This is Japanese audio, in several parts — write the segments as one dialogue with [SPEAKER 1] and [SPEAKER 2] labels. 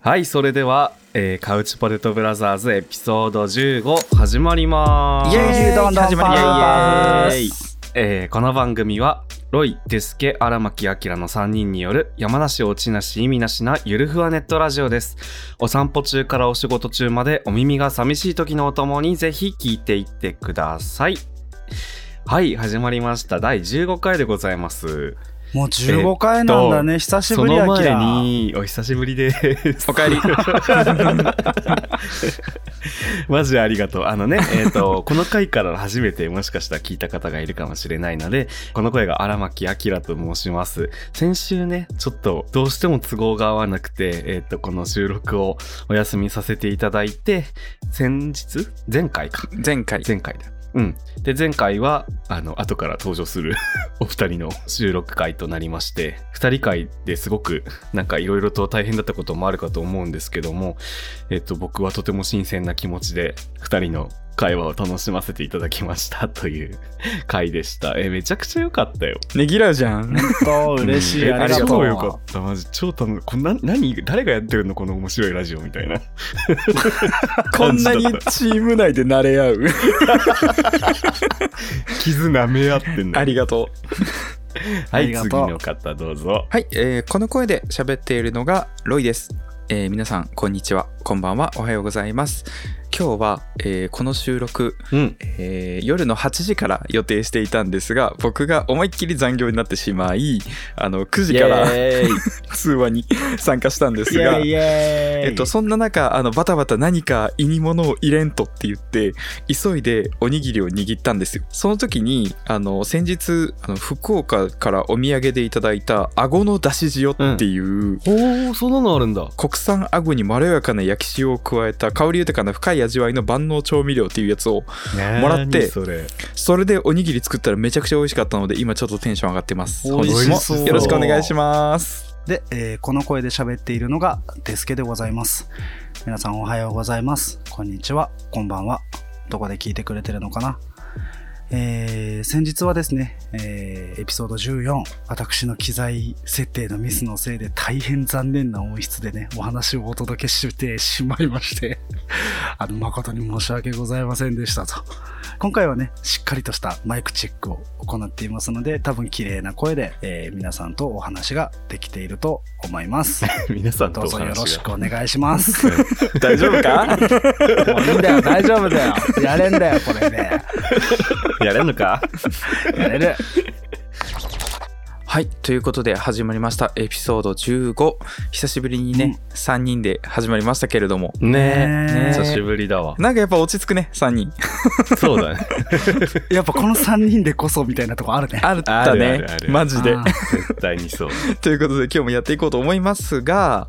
[SPEAKER 1] はい、それでは、えーカウチポテトブラザーズエピソード15始まります。
[SPEAKER 2] イエーイどんどん
[SPEAKER 1] 始まり
[SPEAKER 2] パー
[SPEAKER 1] イエーイえーこの番組は、ロイ、デスケ、荒牧、アキラの3人による山梨落ちなし意味なしなゆるふわネットラジオです。お散歩中からお仕事中までお耳が寂しい時のお供にぜひ聞いていってください。はい、始まりました。第15回でございます。
[SPEAKER 2] もう15回なんだね、久し
[SPEAKER 1] そ
[SPEAKER 2] ぶり
[SPEAKER 1] の
[SPEAKER 2] あ
[SPEAKER 1] 前
[SPEAKER 2] きら
[SPEAKER 1] に、お久しぶりです。
[SPEAKER 3] おかえり。
[SPEAKER 1] マジありがとう。あのね、 えっ、と、この回から初めてもしかしたら聞いた方がいるかもしれないので、この声が荒牧明と申します。先週ね、ちょっとどうしても都合が合わなくて、えっ、と、この収録をお休みさせていただいて、先日前回か。
[SPEAKER 3] 前回。
[SPEAKER 1] 前回だ。うん。で、前回は、あの、後から登場する お二人の収録会となりまして、二人会ですごく、なんかいろいろと大変だったこともあるかと思うんですけども、えっと、僕はとても新鮮な気持ちで、二人の会話を楽しませていただきましたという 回でした。え、めちゃくちゃ良かったよ。
[SPEAKER 3] ねぎらうじゃん。
[SPEAKER 2] 本当嬉しい、
[SPEAKER 1] うん
[SPEAKER 2] ありがと
[SPEAKER 1] 超
[SPEAKER 2] う
[SPEAKER 1] 良かった。マジ、超楽しい。こんな、何、誰がやってるのこの面白いラジオみた いな。
[SPEAKER 3] こんなにチーム内で慣れ合う。
[SPEAKER 1] 傷舐め合ってんの。
[SPEAKER 3] ありがとう。
[SPEAKER 1] は
[SPEAKER 2] あ
[SPEAKER 1] い、
[SPEAKER 2] りが
[SPEAKER 1] 次
[SPEAKER 2] とう
[SPEAKER 1] の方どうぞ。
[SPEAKER 3] はい、えーこの声で喋っているのがロイです。えー皆さん、こんにちは。こんばんは。おはようございます。今日は、えーこの収録、
[SPEAKER 1] うん。
[SPEAKER 3] えー夜の8時から予定していたんですが、僕が思いっきり残業になってしまい、あの、9時から
[SPEAKER 1] イエーイ
[SPEAKER 3] 通話に参加したんです
[SPEAKER 2] イ
[SPEAKER 3] が
[SPEAKER 2] エ、イイエイ
[SPEAKER 3] えっと、そんな中あのバタバタ何か胃に物を入れんとって言って急いでおにぎりを握ったんですよその時にあの先日あの福岡からお土産でいただいた顎のだし塩っていう、
[SPEAKER 1] おお、そんなのあるんだ。
[SPEAKER 3] 国産アゴにまろやかな焼き塩を加えた香り豊かな深い味わいの万能調味料っていうやつをもらって
[SPEAKER 1] 何それ。
[SPEAKER 3] それでおにぎり作ったらめちゃくちゃ美味しかったので今ちょっとテンション上がってます
[SPEAKER 2] 美
[SPEAKER 1] 味しそう
[SPEAKER 3] 本日もよろしくお願いします
[SPEAKER 2] で、えーこの声で喋っているのがデスケでございます皆さんおはようございますこんにちはこんばんはどこで聞いてくれてるのかなえー先日はですね、えーエピソード14私の機材設定のミスのせいで大変残念な音質でねお話をお届けしてしまいまして あの誠に申し訳ございませんでしたと今回はねしっかりとしたマイクチェックを行っていますので多分綺麗な声で、えー皆さんとお話ができていると思います
[SPEAKER 1] 皆さんと
[SPEAKER 2] ど
[SPEAKER 1] お話
[SPEAKER 2] うぞ
[SPEAKER 1] が
[SPEAKER 2] よろしくお願いします
[SPEAKER 3] 大丈夫か
[SPEAKER 2] もういいんだよ大丈夫だよやれんだよこれね
[SPEAKER 1] やれんのか
[SPEAKER 2] やれる
[SPEAKER 3] はい。ということで始まりました。エピソード15。久しぶりにね、3人で始まりましたけれども。
[SPEAKER 1] ねえ。
[SPEAKER 2] ねえ
[SPEAKER 1] 久しぶりだわ。
[SPEAKER 3] なんかやっぱ落ち着くね、3人。
[SPEAKER 1] そうだね。
[SPEAKER 2] やっぱこの3人でこそみたいなとこあるね
[SPEAKER 3] あったね。
[SPEAKER 1] あるある
[SPEAKER 3] マジで
[SPEAKER 2] あ。
[SPEAKER 1] 絶対にそう。
[SPEAKER 3] ということで今日もやっていこうと思いますが、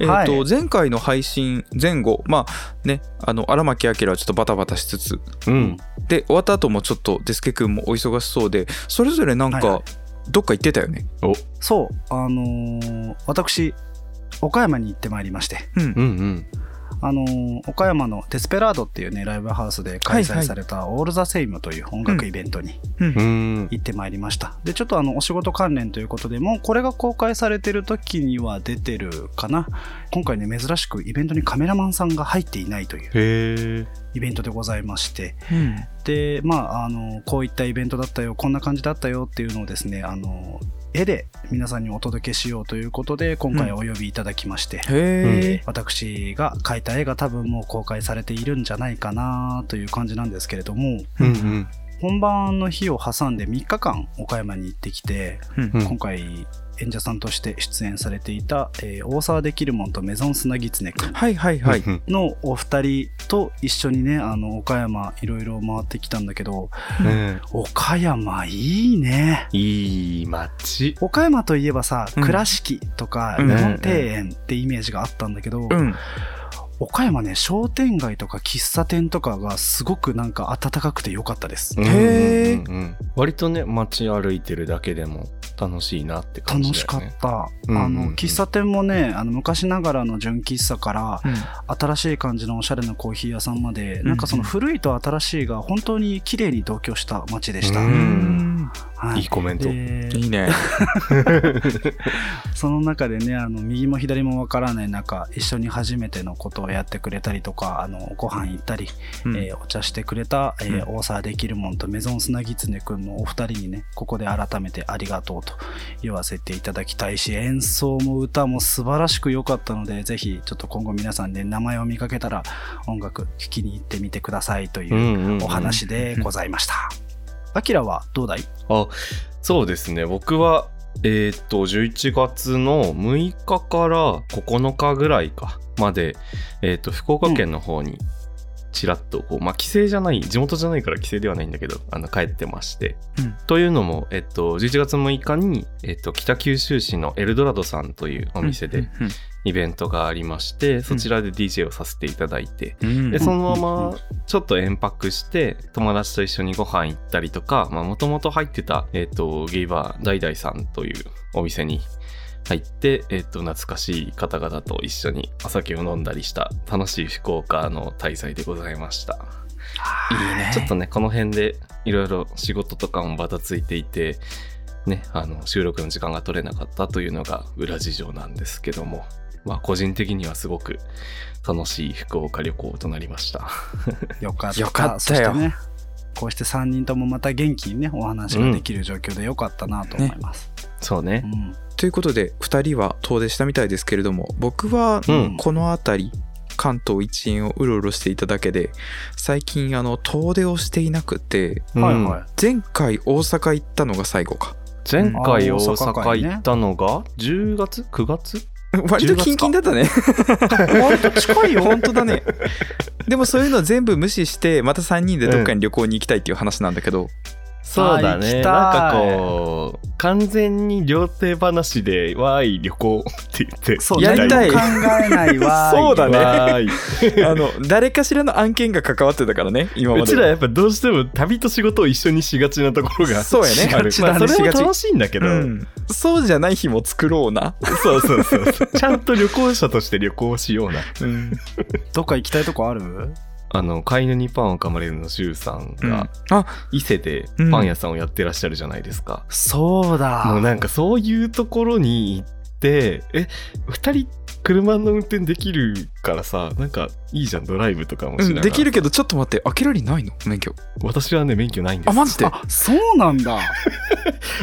[SPEAKER 3] えっ、と、
[SPEAKER 2] はい
[SPEAKER 3] 前回の配信前後、まあね、あの、荒牧明はちょっとバタバタしつつ、
[SPEAKER 1] うん。
[SPEAKER 3] で、終わった後もちょっとデスケ君もお忙しそうで、それぞれなん
[SPEAKER 2] はいは
[SPEAKER 3] か、どっか行ってたよね。
[SPEAKER 1] お、
[SPEAKER 2] そうあのー私岡山に行ってまいりまして
[SPEAKER 3] うん
[SPEAKER 1] う。んうん。
[SPEAKER 2] あのー岡山のデスペラードっていうねライブハウスで開
[SPEAKER 3] はいは
[SPEAKER 2] 催
[SPEAKER 3] い
[SPEAKER 2] された「オール・ザ・セイム」という音楽イベントに
[SPEAKER 3] うん
[SPEAKER 1] うーん。
[SPEAKER 2] 行ってまいりました、でちょっとあのお仕事関連ということでもうこれが公開されてる時には出てるかな今回ね珍しくイベントにカメラマンさんが入っていないという
[SPEAKER 1] へえ。
[SPEAKER 2] イベントでございまして
[SPEAKER 3] うん
[SPEAKER 2] でまああのこういったイベントだったよこんな感じだったよっていうのをですねあの絵で皆さんにお届けしようということで今回お呼びいただきまして、
[SPEAKER 3] へ
[SPEAKER 2] 私が描いた絵が多分もう公開されているんじゃないかなという感じなんですけれども
[SPEAKER 1] うんうん。
[SPEAKER 2] 本番の日を挟んで3日間岡山に行ってきて、
[SPEAKER 3] え。うん
[SPEAKER 2] 今回演者さんとして出演されていた、えー大沢できるもんとメゾンスナギツネ君
[SPEAKER 3] はいはいはい。
[SPEAKER 1] うん
[SPEAKER 2] のお二人と一緒にねあの岡山いろいろ回ってきたんだけど
[SPEAKER 1] うんね
[SPEAKER 2] 岡山いいね
[SPEAKER 1] えいい街。
[SPEAKER 2] 岡山といえばさ
[SPEAKER 3] うん
[SPEAKER 2] 倉敷とか
[SPEAKER 3] う
[SPEAKER 2] 日
[SPEAKER 3] ん
[SPEAKER 2] 本庭園ってイメージがあったんだけど、
[SPEAKER 3] うん。
[SPEAKER 2] 岡山ね商店街とか喫茶店とかがすごくなんか暖かくて良かったです
[SPEAKER 1] うん
[SPEAKER 3] へえ
[SPEAKER 1] うんうんうん割とね、街歩いてるだけでも楽しいなって感
[SPEAKER 2] 楽
[SPEAKER 1] じだ
[SPEAKER 2] しか
[SPEAKER 1] よ
[SPEAKER 2] っ
[SPEAKER 1] ね。
[SPEAKER 2] た、
[SPEAKER 1] うんうんうん
[SPEAKER 2] あの喫茶店もねあの昔ながらの純喫茶から新しい感じのおしゃれなコーヒー屋さんまで、なんかその古いと新しいが本当に綺麗に同居した街でした、
[SPEAKER 1] う
[SPEAKER 3] うんん
[SPEAKER 2] はい
[SPEAKER 1] いいコメント。
[SPEAKER 2] で
[SPEAKER 3] いいね。
[SPEAKER 2] その中でねあの右も左もわからない中一緒に初めてのことをやってくれたりとかあのご飯行ったり、
[SPEAKER 3] うん
[SPEAKER 2] えーお茶してくれた、えー
[SPEAKER 3] う
[SPEAKER 2] 大沢できるもんとメゾンスナギツネくんのお二人にねここで改めてありがとうと言わせていただきたいし演奏も歌も素晴らしく良かったのでぜひちょっと今後皆さんで、ね、名前を見かけたら音楽聴きに行ってみてくださいというお話でございました。アキラはどうだい
[SPEAKER 1] あそうですね僕はえーっと11月の6日から9日ぐらいかまで、えーっと福岡県の方にちらっとこう、まあ帰省じゃない地元じゃないから帰省ではないんだけどあの帰ってまして、
[SPEAKER 3] うん
[SPEAKER 1] というのも、えっと、11月6日に、えっと、北九州市のエルドラドさんというお店でイベントがありまして、そちらで DJ をさせていただいて、
[SPEAKER 3] うん。
[SPEAKER 1] で
[SPEAKER 3] で
[SPEAKER 1] その
[SPEAKER 2] うん
[SPEAKER 1] ま
[SPEAKER 2] うんう
[SPEAKER 1] まちょっと遠泊して友達と一緒にご飯行ったりとかもともと入ってた、えっとゲイバーダイダイさんというお店に入って、えっと懐かしい方々と一緒にお酒を飲んだりした楽しい福岡の滞在でございました
[SPEAKER 3] いいね
[SPEAKER 1] ちょっとねこの辺でいろいろ仕事とかもバタついていてねあの収録の時間が取れなかったというのが裏事情なんですけどもまあ個人的にはすごく楽しい福岡旅行となりました
[SPEAKER 2] よかった。
[SPEAKER 3] よかったよ
[SPEAKER 2] そしてね、こうして3人ともまた元気にね、お話ができる状況でよかったなと思います。
[SPEAKER 1] そう
[SPEAKER 2] う
[SPEAKER 1] ね。
[SPEAKER 2] ん
[SPEAKER 3] ということで2人は遠出したみたいですけれども僕は
[SPEAKER 1] うん
[SPEAKER 3] この辺り、関東一円をうろうろしていただけで最近あの遠出をしていなくて
[SPEAKER 2] はいはい。
[SPEAKER 3] 前回大阪行ったのが最後か
[SPEAKER 1] 前回
[SPEAKER 2] あ
[SPEAKER 1] 大
[SPEAKER 2] ー大阪会ね
[SPEAKER 1] 阪行ったのが10月 ?9 月
[SPEAKER 3] 割とキンキンだったね
[SPEAKER 2] 割と近い よ。
[SPEAKER 3] 本当だねでもそういうの全部無視してまた3人でどっかに旅行に行きたいっていう話なんだけど、
[SPEAKER 1] そうだね。なん
[SPEAKER 2] あ
[SPEAKER 1] か
[SPEAKER 2] ー行きたい
[SPEAKER 1] こう、完全に料亭話で、わーい、旅行って言って。
[SPEAKER 2] そう、
[SPEAKER 3] やりたい
[SPEAKER 2] 何も考えない わ。
[SPEAKER 3] そうだね
[SPEAKER 1] わ ーい。
[SPEAKER 3] あの誰かしらの案件が関わってたからね今まで
[SPEAKER 1] うちらやっぱどうしても旅と仕事を一緒にしがちなところが。
[SPEAKER 3] そうやね
[SPEAKER 1] ある
[SPEAKER 2] しがちだね
[SPEAKER 1] まあそれ
[SPEAKER 3] しが
[SPEAKER 1] は
[SPEAKER 3] ち
[SPEAKER 1] 楽しいんだけど。
[SPEAKER 3] うん、そうじゃない日も作ろうな、
[SPEAKER 1] そうそうそうそう。ちゃんと旅行者として旅行しような。
[SPEAKER 2] どっか行きたいとこある
[SPEAKER 1] あの、飼い犬にパンを噛まれるのしゅうさん
[SPEAKER 3] うん
[SPEAKER 1] が、
[SPEAKER 3] あ
[SPEAKER 1] 伊勢でパン屋さんをやってらっしゃるじゃないですか。
[SPEAKER 2] そう
[SPEAKER 1] もう
[SPEAKER 2] だ。
[SPEAKER 1] なんかそういうところに行ってえ二人車の運転できるからさなんかいいじゃんドライブとかもし
[SPEAKER 3] う
[SPEAKER 1] なが
[SPEAKER 3] ん、
[SPEAKER 1] ら、
[SPEAKER 3] できるけどちょっと待って開けられないの免許
[SPEAKER 1] 私はね免許ないんです
[SPEAKER 3] あマジで
[SPEAKER 2] あ、そうなんだ。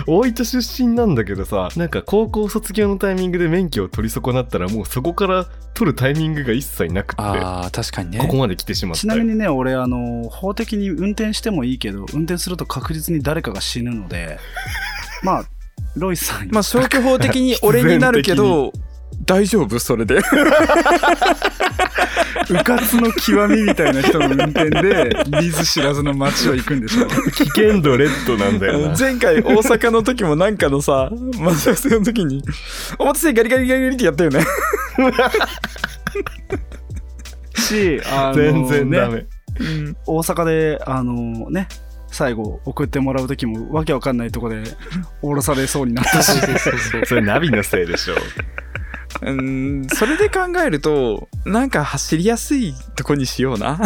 [SPEAKER 1] 大分出身なんだけどさなんか高校卒業のタイミングで免許を取り損なったらもうそこから取るタイミングが一切なくって
[SPEAKER 3] あー確かにね
[SPEAKER 1] ここまで来てしまった
[SPEAKER 2] ちなみにね、俺、あの、法的に運転してもいいけど、運転すると確実に誰かが死ぬので、 まあ、ロイさんよ
[SPEAKER 3] まあ消去法的 に俺になるけど大丈夫それ で
[SPEAKER 2] うかつの極みみたいな人の運転 で、見ず知らずの街を行くんで しょ。
[SPEAKER 1] 危険度レッドなんだよな
[SPEAKER 3] 前回大阪の時もなんかのさ待ち合わせの時 に「お待たせガリガリガリガリ」ってやったよね
[SPEAKER 2] し、あの
[SPEAKER 1] 全然ダ
[SPEAKER 2] ね
[SPEAKER 1] メ、
[SPEAKER 2] 大阪であのね最後送ってもらう時もわけわかんないとこで 降ろされそうになったし
[SPEAKER 1] それナビのせいでしょ
[SPEAKER 3] うんそれで考えるとなんか走りやすいとこにしような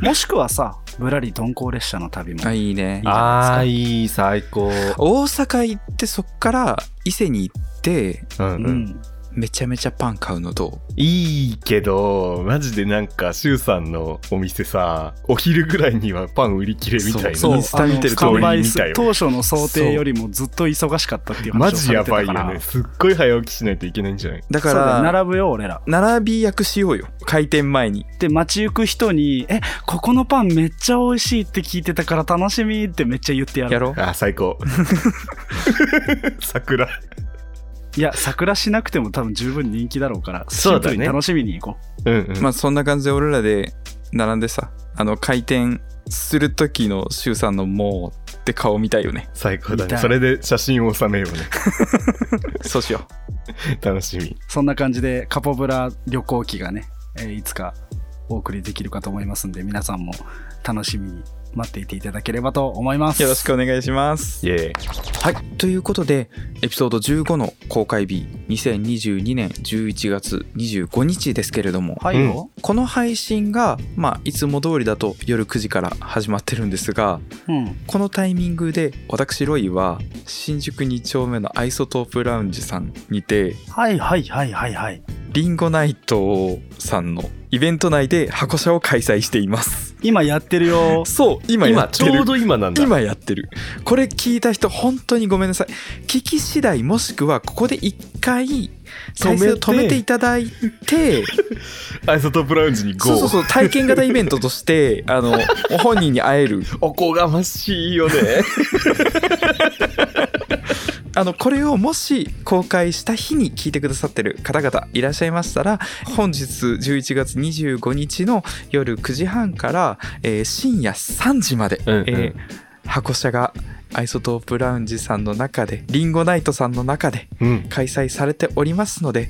[SPEAKER 2] もしくはさぶらり鈍行列車の旅も
[SPEAKER 3] いいね
[SPEAKER 1] ああいい最高
[SPEAKER 3] 大阪行ってそっから伊勢に行って
[SPEAKER 1] うんう、
[SPEAKER 2] うんん
[SPEAKER 3] めちゃめちゃパン買うのと
[SPEAKER 1] いいけどマジでなんかシュウさんのお店さお昼ぐらいにはパン売り切れみたい
[SPEAKER 3] そう
[SPEAKER 1] な
[SPEAKER 3] インスタ見てる
[SPEAKER 2] あの
[SPEAKER 1] 通りに見たよ
[SPEAKER 2] 完売す当初の想定よりもずっと忙しかったっていう
[SPEAKER 1] マ
[SPEAKER 2] 話をさ
[SPEAKER 1] ジ
[SPEAKER 2] れ
[SPEAKER 1] や
[SPEAKER 2] てたか
[SPEAKER 1] ば
[SPEAKER 2] ら
[SPEAKER 1] いよねすっごい早起きしないといけないんじゃない
[SPEAKER 3] だ
[SPEAKER 2] そ
[SPEAKER 3] か
[SPEAKER 2] うだよ
[SPEAKER 3] ら
[SPEAKER 2] 並ぶよ俺ら
[SPEAKER 3] 並び役しようよ開店前に
[SPEAKER 2] で街行く人に「えここのパンめっちゃ美味しいって聞いてたから楽しみ」ってめっちゃ言ってやる
[SPEAKER 3] やろう
[SPEAKER 1] あ最 高桜
[SPEAKER 2] いや桜しなくても多分十分人気だろうから
[SPEAKER 1] そうだね
[SPEAKER 2] シンプルに楽しみに行こ
[SPEAKER 1] うんうん、
[SPEAKER 3] まあそんな感じで俺らで並んでさあの回転する時の周さんの「もう」って顔見たいよ ね
[SPEAKER 1] 最高だ
[SPEAKER 2] 見た
[SPEAKER 1] ね
[SPEAKER 2] い
[SPEAKER 1] それで写真を収めようね
[SPEAKER 3] そうしよ
[SPEAKER 1] 楽しみ
[SPEAKER 2] うそんな感じでカポブラ旅行記がね、えーいつかお送りできるかと思いますんで皆さんも楽しみに待っていていただければと思います。
[SPEAKER 3] よろしくお願いします
[SPEAKER 1] イエーイ
[SPEAKER 3] はいということでエピソード15の公開日2022年11月25日ですけれども
[SPEAKER 2] はいよ。
[SPEAKER 3] この配信が、まあ、いつも通りだと夜9時から始まってるんですが
[SPEAKER 2] うん。
[SPEAKER 3] このタイミングで私ロイは新宿2丁目のアイソトープラウンジさんにて
[SPEAKER 2] はいはいはいはいはい。
[SPEAKER 3] リンゴナイトさんのイベント内で箱車を開催しています
[SPEAKER 2] 今やってるよ。
[SPEAKER 3] そう今や
[SPEAKER 1] 今
[SPEAKER 3] って
[SPEAKER 1] ち
[SPEAKER 3] る
[SPEAKER 1] ょうど今なんだ
[SPEAKER 3] 今やってるこれ聞いた人本当にごめんなさい聞き次第もしくはここで一回再生を止めていただい て
[SPEAKER 1] アイソトープラウンジに GO
[SPEAKER 3] そうそうそう体験型イベントとして あのお本人に会える
[SPEAKER 1] おこがまし いよね
[SPEAKER 3] あのこれをもし公開した日に聞いてくださってる方々いらっしゃいましたら本日11月25日の夜9時半から、えー深夜3時まで、
[SPEAKER 1] うんうん
[SPEAKER 3] えー箱車がアイソトープラウンジさんの中でリンゴナイトさんの中で
[SPEAKER 1] うん
[SPEAKER 3] 開催されておりますので、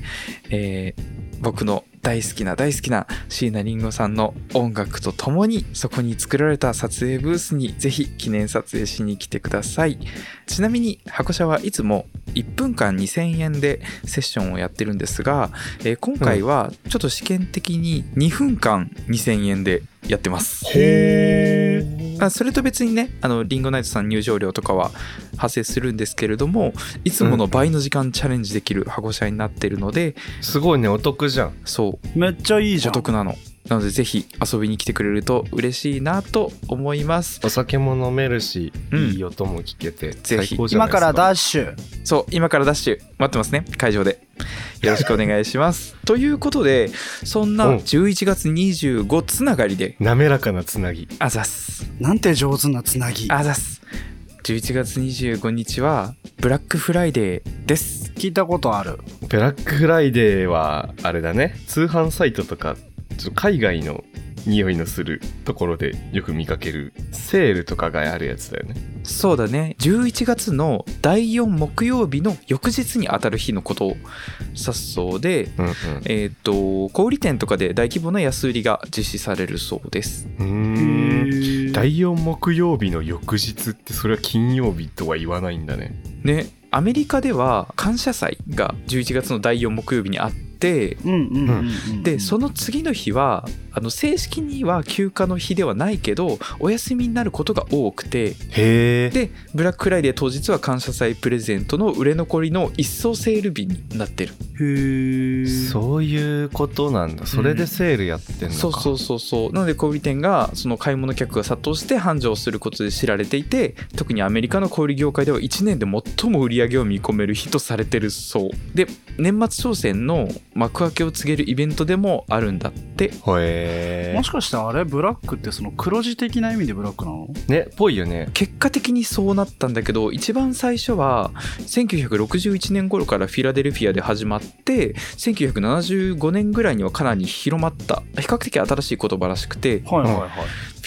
[SPEAKER 3] えー僕の大好きな大好きな椎名林檎さんの音楽とともにそこに作られた撮影ブースにぜひ記念撮影しに来てくださいちなみに箱車はいつも1分間2000円でセッションをやってるんですが、えー今回はちょっと試験的に2分間2000円でやってます、
[SPEAKER 1] へ
[SPEAKER 3] あそれと別にねあのリンゴナイトさん入場料とかは発生するんですけれどもいつもの倍の時間チャレンジできる箱車になってるので、
[SPEAKER 1] すごいねお得じゃん
[SPEAKER 3] そう
[SPEAKER 2] めっちゃいいじ
[SPEAKER 3] お
[SPEAKER 2] ゃん。
[SPEAKER 3] 得なのなのでぜひ遊びに来てくれると嬉しいなと思います
[SPEAKER 1] お酒も飲めるし、
[SPEAKER 3] うん
[SPEAKER 1] いい音も聞けて
[SPEAKER 3] ぜひ
[SPEAKER 1] 最高じゃな
[SPEAKER 2] 今
[SPEAKER 1] いですか
[SPEAKER 2] からダッシュ。
[SPEAKER 3] そう今からダッシュ待ってますね会場でよろしくお願いしますということでそんな
[SPEAKER 1] うん
[SPEAKER 3] 11月25つながりで
[SPEAKER 1] 滑らかなつなぎ
[SPEAKER 3] あざっす
[SPEAKER 2] なんて上手なつなぎ。
[SPEAKER 3] あざっす11月25日はブラックフライデーです
[SPEAKER 2] 聞いたことある。
[SPEAKER 1] ブラックフライデーはあれだね通販サイトとかちょっと海外の匂いのするところでよく見かけるセールとかがあるやつだよね
[SPEAKER 3] そうだね11月の第4木曜日の翌日にあたる日のことを指すそうで
[SPEAKER 1] うん
[SPEAKER 3] えっ、と小売店とかで大規模な安売りが実施されるそうです
[SPEAKER 1] うんうーん第4木曜日の翌日ってそれは金曜日とは言わないんだね
[SPEAKER 3] ねアメリカでは感謝祭が11月の第4木曜日にあって
[SPEAKER 2] うんうんうんうん。
[SPEAKER 3] でその次の日はあの正式には休暇の日ではないけどお休みになることが多くて
[SPEAKER 1] へえ
[SPEAKER 3] でブラックフライデー当日は感謝祭プレゼントの売れ残りの一層セール日になってる
[SPEAKER 2] へえ。
[SPEAKER 1] そういうことなんだそれでセールやってんのか、
[SPEAKER 3] そうそうそうそうなので小売店がその買い物客が殺到して繁盛することで知られていて特にアメリカの小売業界では1年で最も売り上げを見込める日とされてるそうで年末商戦の幕開けを告げるイベントでもあるんだっ
[SPEAKER 1] へ
[SPEAKER 3] て
[SPEAKER 1] え
[SPEAKER 2] もしかしてあれブラックってその黒字的な意味でブラックなの
[SPEAKER 1] ねぽいよね
[SPEAKER 3] 結果的にそうなったんだけど一番最初は1961年頃からフィラデルフィアで始まって1975年ぐらいにはかなり広まった比較的新しい言葉らしくて
[SPEAKER 2] はいはいはい。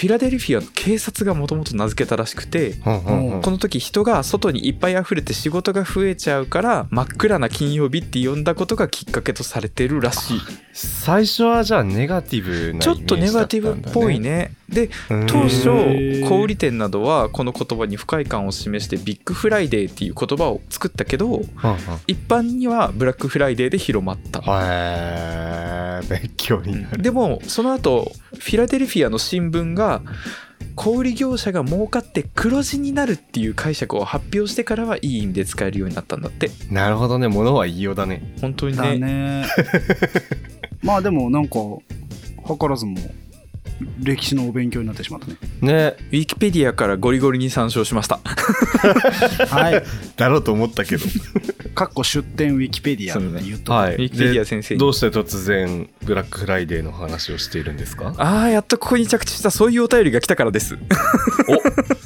[SPEAKER 3] フィラデルフィアの警察がもともと名付けたらしくて
[SPEAKER 1] うんうんうん
[SPEAKER 3] この時人が外にいっぱい溢れて仕事が増えちゃうから真っ暗な金曜日って呼んだことがきっかけとされてるらしい
[SPEAKER 1] 最初はじゃあネガティブな
[SPEAKER 3] ちょっとネガティブっぽい
[SPEAKER 1] ね
[SPEAKER 3] ねで当
[SPEAKER 1] 当
[SPEAKER 3] 初
[SPEAKER 2] へー
[SPEAKER 3] 小売店などはこの言葉に不快感を示してビッグフライデーっていう言葉を作ったけど一般にはブラックフライデーで広まった
[SPEAKER 1] へえ勉強になる
[SPEAKER 3] でもその後フィラデルフィアの新聞が小売業者が儲かって黒字になるっていう解釈を発表してからはいい意味で使えるようになったんだって
[SPEAKER 1] なるほどね物は言いようだね
[SPEAKER 3] 本当に
[SPEAKER 2] だ
[SPEAKER 3] ね
[SPEAKER 2] ね。 まあでもなんか図らずも歴史のお勉強になってしまったね。
[SPEAKER 1] ね
[SPEAKER 3] ウィキペディアからゴリゴリに参照しました
[SPEAKER 2] はい。
[SPEAKER 1] だろうと思ったけど
[SPEAKER 2] かっこ出典ウィキペディアって言っ とく
[SPEAKER 1] は
[SPEAKER 3] ウィ
[SPEAKER 1] い
[SPEAKER 3] キペディ
[SPEAKER 1] で
[SPEAKER 3] ア先生に
[SPEAKER 1] どうして突然ブラックフライデーの話をしているんですか
[SPEAKER 3] ああやっとここに着地したそういうお便りが来たからです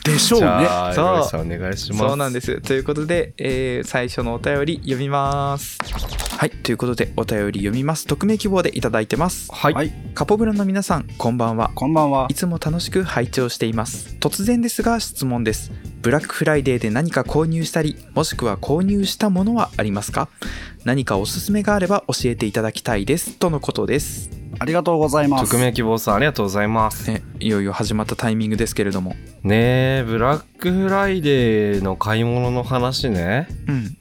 [SPEAKER 2] でしょう
[SPEAKER 1] じ
[SPEAKER 2] ね。
[SPEAKER 1] ゃあ
[SPEAKER 3] そう
[SPEAKER 1] 岩井さんお願いします
[SPEAKER 3] そうなんですということで、えー最初のお便り読みますはいということでお便り読みます匿名希望でいただいてます
[SPEAKER 1] はい
[SPEAKER 2] はい
[SPEAKER 3] カポブラの皆さんこんばんは。
[SPEAKER 2] こんばんはい
[SPEAKER 3] つも楽しく拝聴しています突然ですが質問ですブラックフライデーで何か購入したりもしくは購入したものはありますか何かおすすめがあれば教えていただきたいですとのことです
[SPEAKER 2] ありがとうございます。
[SPEAKER 1] 匿名希望さんありがとうございます
[SPEAKER 3] ね、いよいよ始まったタイミングですけれども。
[SPEAKER 1] ねえブラックフライデーの買い物の話ね
[SPEAKER 3] うん。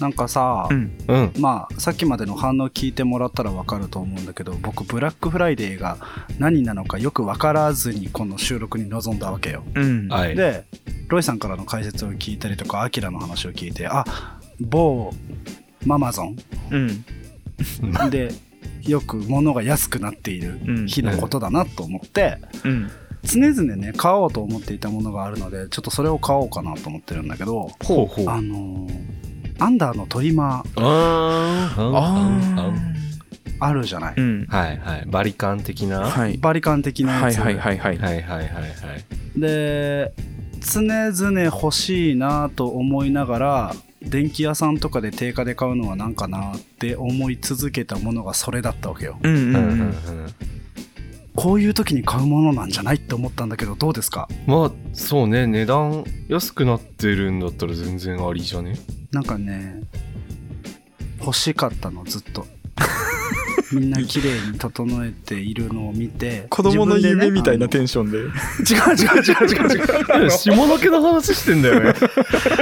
[SPEAKER 2] なんかさ、
[SPEAKER 3] うん。
[SPEAKER 1] うん
[SPEAKER 2] まあ、さっきまでの反応聞いてもらったら分かると思うんだけど僕ブラックフライデーが何なのかよく分からずにこの収録に臨んだわけよ。
[SPEAKER 3] うん。
[SPEAKER 1] はい
[SPEAKER 2] でロイさんからの解説を聞いたりとかアキラの話を聞いてあ某ママゾン
[SPEAKER 3] うん。
[SPEAKER 2] でよく物が安くなっている
[SPEAKER 3] うん。
[SPEAKER 2] 日のことだなと思って
[SPEAKER 3] うん。
[SPEAKER 2] 常々ね買おうと思っていたものがあるのでちょっとそれを買おうかなと思ってるんだけど
[SPEAKER 1] ほうほう
[SPEAKER 2] あのーアンダーのトリマー
[SPEAKER 1] あーあ
[SPEAKER 3] あ
[SPEAKER 1] ー
[SPEAKER 2] あるじゃない、
[SPEAKER 3] あ。うん。
[SPEAKER 1] はいはいバリカン的なは
[SPEAKER 3] はい。
[SPEAKER 2] バリカン的な
[SPEAKER 3] は
[SPEAKER 2] や
[SPEAKER 3] い
[SPEAKER 2] つ、
[SPEAKER 3] はいはいはいい。
[SPEAKER 1] はいはいはい
[SPEAKER 2] で常々欲しいなと思いながら電気屋さんとかで定価で買うのはなんかなって思い続けたものがそれだったわけよ
[SPEAKER 3] うんうん
[SPEAKER 1] う
[SPEAKER 3] うん
[SPEAKER 1] うん
[SPEAKER 3] ん。
[SPEAKER 1] うん
[SPEAKER 2] こういう時に買うものなんじゃないって思ったんだけどどうですか
[SPEAKER 1] まあそうね値段安くなってるんだったら全然ありじゃね
[SPEAKER 2] なんかね欲しかったのずっ とみんな綺麗に整えているのを見て
[SPEAKER 3] 子供の夢みたいなテ
[SPEAKER 2] ン
[SPEAKER 3] ンションで。
[SPEAKER 2] ション、違う違う違う違う違 う
[SPEAKER 1] 下の毛の話してんだよね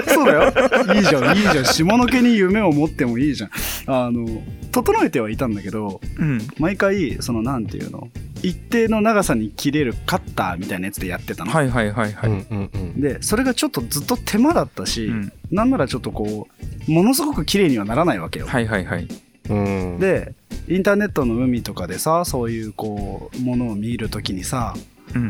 [SPEAKER 2] そうだよ。いいじゃん、いいじゃん。下の毛に夢を持ってもいいじゃん。あの、整えてはいたんだけど、
[SPEAKER 3] うん。
[SPEAKER 2] 毎回、その、なんていうの、一定の長さに切れるカッターみたいなやつでやってたの。
[SPEAKER 3] はいはいはいは
[SPEAKER 1] う
[SPEAKER 3] い。
[SPEAKER 1] んうんうん
[SPEAKER 2] で、それがちょっとずっと手間だったし、
[SPEAKER 3] うん
[SPEAKER 2] なんならちょっとこう、ものすごく綺麗にはならないわけよ。
[SPEAKER 3] はいはいはい。
[SPEAKER 1] うん
[SPEAKER 2] で、インターネットの海とかでさ、そういうこう、ものを見るときにさ、
[SPEAKER 3] うん。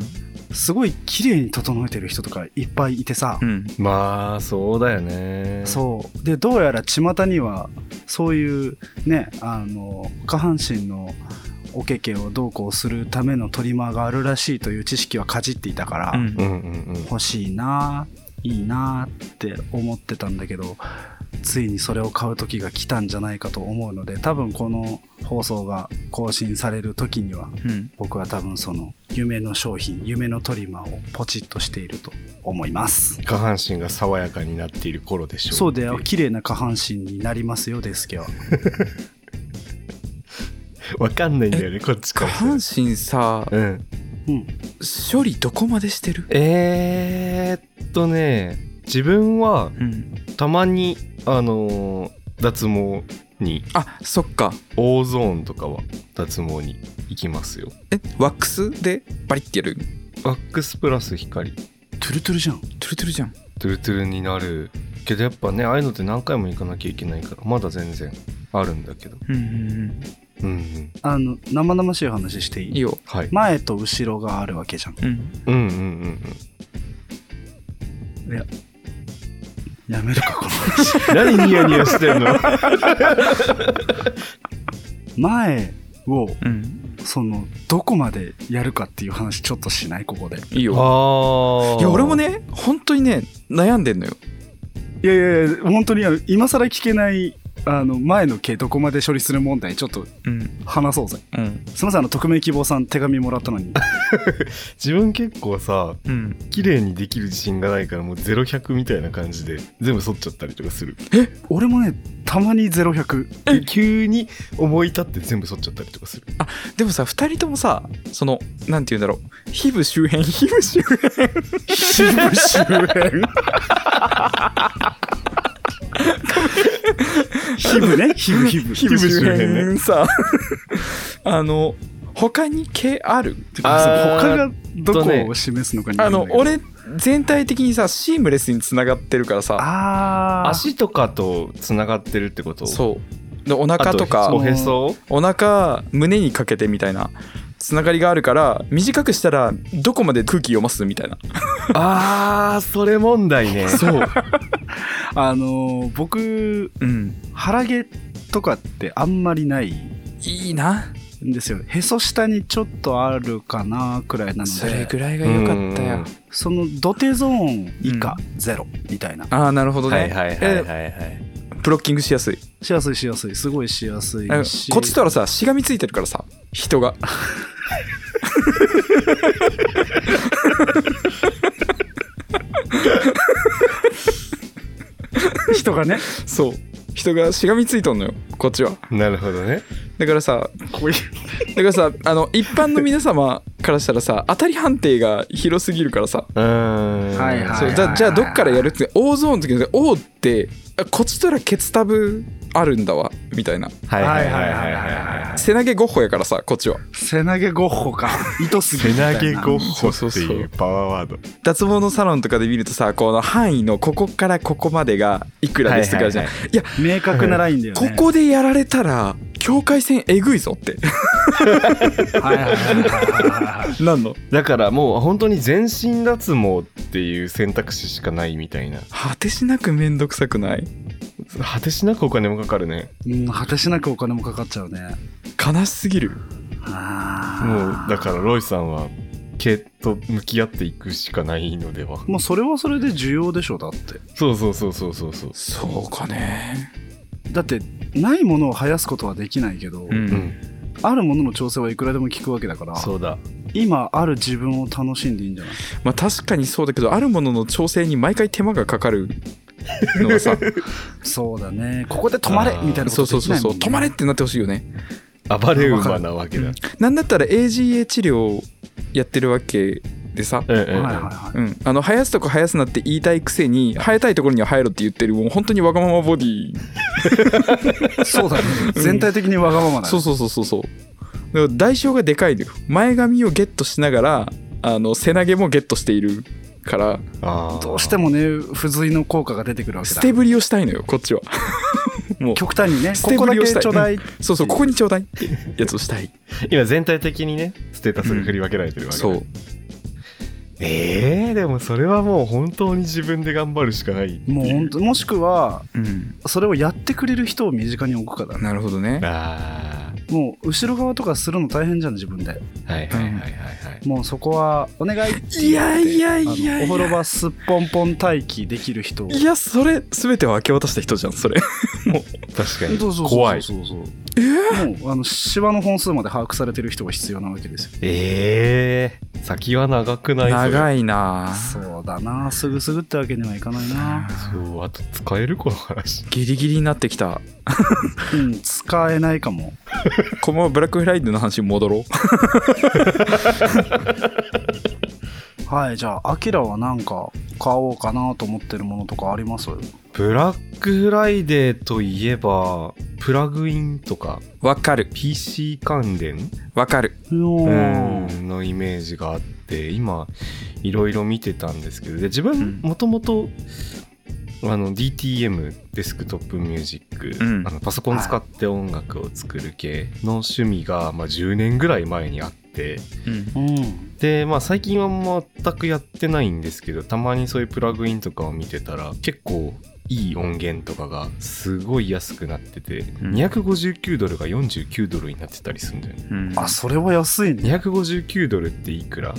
[SPEAKER 2] すごい綺麗に整えてる人とかいっぱいいてさ、
[SPEAKER 3] うん。
[SPEAKER 1] まあそうだよね
[SPEAKER 2] そうでどうやら巷にはそういうねあの下半身のおけけをどうこうするためのトリマーがあるらしいという知識はかじっていたから、
[SPEAKER 3] うん
[SPEAKER 1] うんうんうん
[SPEAKER 2] 欲しいないいなって思ってたんだけどついにそれを買う時が来たんじゃないかと思うので多分この放送が更新される時には
[SPEAKER 3] うん。
[SPEAKER 2] 僕は多分その夢の商品夢のトリマーをポチッとしていると思います。
[SPEAKER 1] 下半身が爽やかになっている頃でしょ
[SPEAKER 2] そうだよ綺麗な下半身になりますよデスケは
[SPEAKER 1] わかんないんだよねこっちか
[SPEAKER 3] 下
[SPEAKER 1] ら
[SPEAKER 3] 半身さ、
[SPEAKER 1] うん
[SPEAKER 2] うん
[SPEAKER 3] 処理どこまでしてる
[SPEAKER 1] えー、っとね自分は
[SPEAKER 3] うん。
[SPEAKER 1] たまにあのー脱毛に
[SPEAKER 3] あ、そっか。
[SPEAKER 1] オーゾーンとかは脱毛に行きますよ
[SPEAKER 3] え、ワックスでバリってやる
[SPEAKER 1] ワックスプラス光ト
[SPEAKER 2] トゥルトゥルじゃん
[SPEAKER 3] トゥルトゥルじゃん。
[SPEAKER 1] ゥルトゥルになるけどやっぱねああいうのって何回も行かなきゃいけないからまだ全然あるんだけど
[SPEAKER 3] うんうん
[SPEAKER 1] うんうん
[SPEAKER 2] あの生々しい話して
[SPEAKER 3] う
[SPEAKER 2] い
[SPEAKER 3] ん。
[SPEAKER 2] い
[SPEAKER 3] いいよ。
[SPEAKER 1] はい
[SPEAKER 2] 前と後ろがあるわけじゃん
[SPEAKER 3] うん。
[SPEAKER 1] うんうんうん
[SPEAKER 2] やめるかこの
[SPEAKER 1] うん何ニヤニヤしてん の
[SPEAKER 2] 前を
[SPEAKER 3] うん。
[SPEAKER 2] そのどこまでやるかっていう話ちょっとしないここで
[SPEAKER 3] いいよ。
[SPEAKER 1] あ
[SPEAKER 3] いや俺もね本当にね悩んでんのよ
[SPEAKER 2] いやいやいや本当にあの今更聞けないあの前の毛どこまで処理する問題ちょっと
[SPEAKER 3] うん
[SPEAKER 2] 話そうぜ
[SPEAKER 3] うん
[SPEAKER 2] すみませんあの匿名希望さん手紙もらったのに
[SPEAKER 1] 自分結構さ
[SPEAKER 3] うん
[SPEAKER 1] 綺麗にできる自信がないからもう0100みたいな感じで全部剃っちゃったりとかする
[SPEAKER 2] 俺もねたまに0100
[SPEAKER 1] で急に思い立って全部剃っちゃったりとかする
[SPEAKER 3] でもさ2人ともさそのなんて言うんだろう皮膚周辺皮膚周辺
[SPEAKER 2] 周辺皮膚ね皮膚皮膚
[SPEAKER 1] 膚周辺ね
[SPEAKER 3] さ あの他に毛ある
[SPEAKER 1] あー
[SPEAKER 2] 他がどこを示すのかによ
[SPEAKER 3] あ
[SPEAKER 2] るんだ
[SPEAKER 3] の
[SPEAKER 2] けど
[SPEAKER 3] 俺全体的にさシームレスにつながってるからさ
[SPEAKER 2] あー
[SPEAKER 1] 足とかとつながってるってこと
[SPEAKER 3] そうでお腹
[SPEAKER 1] あ
[SPEAKER 3] と
[SPEAKER 1] お
[SPEAKER 3] か
[SPEAKER 1] へそ
[SPEAKER 3] お腹胸にかけてみたいなつながりがあるから短くしたらどこまで空気読ますみたいな
[SPEAKER 1] あーそれ問題ね
[SPEAKER 3] そう
[SPEAKER 2] あのー僕
[SPEAKER 3] うん
[SPEAKER 2] 腹毛とかってあんまりないん
[SPEAKER 3] いいな
[SPEAKER 2] ですよへそ下にちょっとあるかなくらいなの
[SPEAKER 3] それ
[SPEAKER 2] で
[SPEAKER 3] ぐらいが良かった
[SPEAKER 1] う
[SPEAKER 3] よ
[SPEAKER 1] ん。
[SPEAKER 2] その土手ゾーン以下ゼロみたいな、
[SPEAKER 3] ああ、なるほどね、
[SPEAKER 1] はいはいはいはいはい
[SPEAKER 3] えブロッキングしやすい。
[SPEAKER 2] しやすいしやすいすごいしやすい
[SPEAKER 3] なんか
[SPEAKER 2] し
[SPEAKER 3] こっちとらさ、しがみついてるからさ、人 が。
[SPEAKER 2] 人がね
[SPEAKER 3] そう。人がしがみついとんのよ、こっちは。
[SPEAKER 1] なるほどね
[SPEAKER 3] だからさ
[SPEAKER 2] こういう
[SPEAKER 3] だからさあの一般の皆様からしたらさ当たり判定が広すぎるからさ
[SPEAKER 1] うーん
[SPEAKER 2] はいはい
[SPEAKER 3] そうじゃじゃあどっからやるって大ゾーンの時に「おう」ってあこっちとらケツタブあるんだわみたいな
[SPEAKER 1] はいはいはいはいはいはい
[SPEAKER 3] 背投げゴッホやからさこっちは
[SPEAKER 2] 背投げゴッホか糸すぎみたいな
[SPEAKER 1] ホ
[SPEAKER 3] そうそうそう
[SPEAKER 1] パワーワード
[SPEAKER 3] 脱毛のサロンとかで見るとさこの範囲のここからここまでがいくらですとかじゃん、
[SPEAKER 1] はい
[SPEAKER 3] いや
[SPEAKER 2] 明確なラインだよね
[SPEAKER 3] ここでやられたら境界線えぐいぞって
[SPEAKER 2] はいはいはいはいはい
[SPEAKER 3] なんの
[SPEAKER 1] だからもう本当に全身脱毛っていう選択肢しかないみたいな
[SPEAKER 3] 果てしなくめんどくさくない
[SPEAKER 1] 果てしなくお金もかかるね
[SPEAKER 2] うん果てしなくお金もかかっちゃうね
[SPEAKER 3] 悲しすぎる
[SPEAKER 1] もう
[SPEAKER 2] あ
[SPEAKER 1] だからロイさんは毛と向き合っていくしかないのでは
[SPEAKER 2] もうそれはそれで需要でしょだって
[SPEAKER 1] そうそうそうそうそうそう
[SPEAKER 3] そうかね
[SPEAKER 2] だってないものを生やすことはできないけど、
[SPEAKER 3] うん、
[SPEAKER 1] うん
[SPEAKER 2] あるものの調整はいくらでも効くわけだから
[SPEAKER 1] そうだ
[SPEAKER 2] 今ある自分を楽しんでいいんじゃない
[SPEAKER 3] まあ確かにそうだけどあるものの調整に毎回手間がかかるのが さ
[SPEAKER 2] そうだねここで止まれ
[SPEAKER 1] あー
[SPEAKER 2] みたいなこ
[SPEAKER 3] そ
[SPEAKER 2] と
[SPEAKER 3] うそうそう
[SPEAKER 2] できない
[SPEAKER 3] そ
[SPEAKER 2] も、
[SPEAKER 3] うん
[SPEAKER 2] ね、
[SPEAKER 3] 止まれってなってほしいよね
[SPEAKER 1] 暴れ馬なわけだ
[SPEAKER 3] なんだったら AGA 治療やってるわけでさ、
[SPEAKER 1] ええええ
[SPEAKER 2] はいはいは
[SPEAKER 3] うん、あの生やすとこ生やすなって言いたいくせに生えたいところには生えろって言ってるもう本当にわがままボディ
[SPEAKER 2] いそうだ ね全体的にわがままだ、ね、
[SPEAKER 3] そうそうそうそうそうだから代償がでかいのよ前髪をゲットしながらあの背投げもゲットしているから
[SPEAKER 1] あー
[SPEAKER 2] どうしてもね付随の効果が出てくるわけ
[SPEAKER 3] 捨
[SPEAKER 2] だ
[SPEAKER 3] てぶりをしたいのよこっち はもう
[SPEAKER 2] 極端にね
[SPEAKER 3] 捨
[SPEAKER 2] こ
[SPEAKER 3] て
[SPEAKER 2] こ
[SPEAKER 3] ぶ
[SPEAKER 2] だ
[SPEAKER 3] りを
[SPEAKER 2] け
[SPEAKER 3] し
[SPEAKER 2] ち
[SPEAKER 3] たい
[SPEAKER 2] ょうだい、
[SPEAKER 3] そうそうここにちょうだいってやつをしたい
[SPEAKER 1] 今全体的にねステータスが振り分けられてるわけだ
[SPEAKER 3] そう
[SPEAKER 1] ええでもそれはもう本当に自分で頑張るしかない
[SPEAKER 2] もうほんともしくは
[SPEAKER 3] うん
[SPEAKER 2] それをやってくれる人を身近に置くからね
[SPEAKER 3] なるほどね
[SPEAKER 1] あ
[SPEAKER 2] もう後ろ側とかするの大変じゃん自分で
[SPEAKER 1] あはいはいはいはいはい
[SPEAKER 2] もうそこはお願いって言って
[SPEAKER 3] いやいやいやいや
[SPEAKER 2] あのお風呂場すっぽんぽん待機できる人
[SPEAKER 3] いやそれ全てを明け渡した人じゃんそれ
[SPEAKER 1] 確か
[SPEAKER 2] そう
[SPEAKER 1] に
[SPEAKER 2] そうそう
[SPEAKER 1] 怖い
[SPEAKER 2] そうそうもうあのシワの本数まで把握されてる人が必要なわけですよ
[SPEAKER 1] ええ先は長くないい
[SPEAKER 3] 長いなぁ
[SPEAKER 2] そうだなすぐすぐってわけにはいかないな
[SPEAKER 1] そうあと使えるこの話
[SPEAKER 3] ギリギリになってきた
[SPEAKER 2] うん使えないかも
[SPEAKER 3] このままブラックフライデーの話に戻ろう
[SPEAKER 2] はいじゃあアキラはなんか買おうかなと思ってるものとかあります
[SPEAKER 1] ブラックフライデーといえばプラグインとか
[SPEAKER 3] わかる
[SPEAKER 1] PC 関連
[SPEAKER 3] わかる
[SPEAKER 2] う
[SPEAKER 1] うんのイメージがあって今いろいろ見てたんですけどで自
[SPEAKER 3] う
[SPEAKER 1] 分
[SPEAKER 3] ん
[SPEAKER 1] もともとあの DTM デスクトップミュージック、
[SPEAKER 3] うん
[SPEAKER 1] あのパソコン使って音楽を作る系の趣味が、まあ、10年ぐらい前にあって
[SPEAKER 3] うん
[SPEAKER 2] うん
[SPEAKER 1] で、まあ、最近は全くやってないんですけどたまにそういうプラグインとかを見てたら結構いい音源とかがすごい安くなってて、
[SPEAKER 3] ん
[SPEAKER 1] 259ドルが49ドルになってたりするんだよね。
[SPEAKER 3] うん
[SPEAKER 2] あそれは安いね
[SPEAKER 1] 259ドルっていくら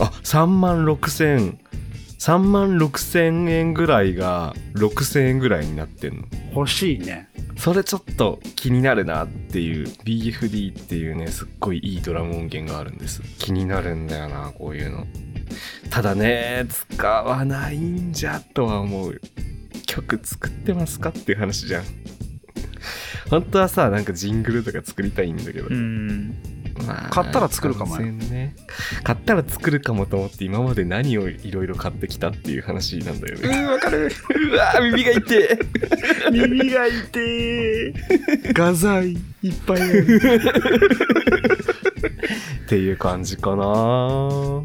[SPEAKER 1] あ3万6000 3万6000円ぐらいが6000円ぐらいになってんの
[SPEAKER 2] 欲しいね
[SPEAKER 1] それちょっと気になるなっていう BFD っていうねすっごいいいドラム音源があるんです気になるんだよなこういうのただね使わないんじゃとは思う曲作ってますかっていう話じゃん本当はさなんかジングルとか作りたいんだけど、
[SPEAKER 3] うん
[SPEAKER 1] まあ
[SPEAKER 2] 買ったら作るかもよ
[SPEAKER 1] いかんせんね買ったら作るかもと思って今まで何をいろいろ買ってきたっていう話なんだよね
[SPEAKER 3] わかる
[SPEAKER 1] うわー耳が痛い
[SPEAKER 2] 耳が痛い 画材いっぱ い
[SPEAKER 1] っていう感じかな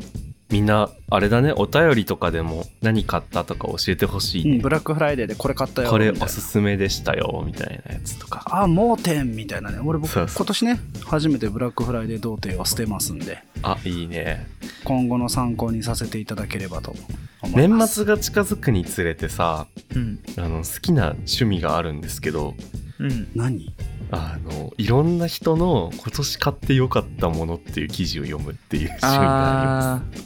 [SPEAKER 1] みんなあれだねお便りとかでも何買ったとか教えてほしいね、
[SPEAKER 2] ブラックフライデーでこれ買ったよ
[SPEAKER 1] これお
[SPEAKER 2] みたいな
[SPEAKER 1] すすめでしたよみたいなやつとか
[SPEAKER 2] あ盲点みたいなね俺僕
[SPEAKER 1] そうそう
[SPEAKER 2] 今年ね初めてブラックフライデー童貞を捨てますんで
[SPEAKER 1] あいいね
[SPEAKER 2] 今後の参考にさせていただければと思いま
[SPEAKER 1] 年
[SPEAKER 2] す
[SPEAKER 1] 末が近づくにつれてさ
[SPEAKER 3] うん
[SPEAKER 1] あの好きな趣味があるんですけど
[SPEAKER 3] うん
[SPEAKER 2] 何
[SPEAKER 1] あのいろんな人の今年買ってよかったものっていう記事を読むっていう趣味があります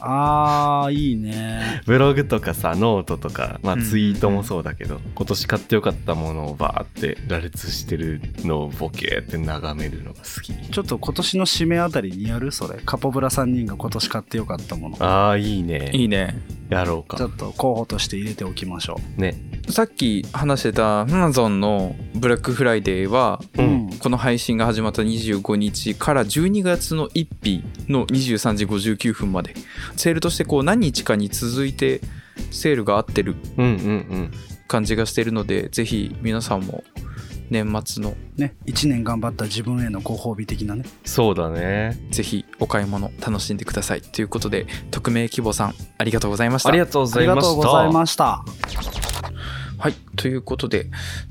[SPEAKER 3] あー
[SPEAKER 2] あーいいね
[SPEAKER 1] ブログとかさノートとか、まあ、
[SPEAKER 3] うん
[SPEAKER 1] ツイートもそうだけど、今年買ってよかったものをバーって羅列してるのをボケーって眺めるのが好き
[SPEAKER 2] ちょっと今年の締めあたりにやるそれカポブラ3人が今年買ってよかったもの
[SPEAKER 1] ああいいね
[SPEAKER 3] いいね
[SPEAKER 1] やろう
[SPEAKER 2] ちょ
[SPEAKER 1] か
[SPEAKER 2] っと候補として入れておきましょ
[SPEAKER 1] ね
[SPEAKER 3] さっき話してた Amazon のブラックフライデーは
[SPEAKER 1] うん
[SPEAKER 3] この配信が始まった25日から12月の1日の23時59分までセールとしてこう何日かに続いてセールが合ってる
[SPEAKER 1] うんうん
[SPEAKER 3] 感じがしてるのでぜひ皆さんも年末の
[SPEAKER 2] ね、1年頑張った自分へのご褒美的なね
[SPEAKER 1] そうだね
[SPEAKER 3] ぜひお買い物楽しんでくださいということで匿名希望さんありがとうございました
[SPEAKER 1] ありがとうご
[SPEAKER 2] あ
[SPEAKER 1] ざ
[SPEAKER 2] り
[SPEAKER 1] い
[SPEAKER 2] が
[SPEAKER 1] ま
[SPEAKER 2] とう
[SPEAKER 1] し
[SPEAKER 2] ござい
[SPEAKER 1] た
[SPEAKER 2] ました
[SPEAKER 3] はいということで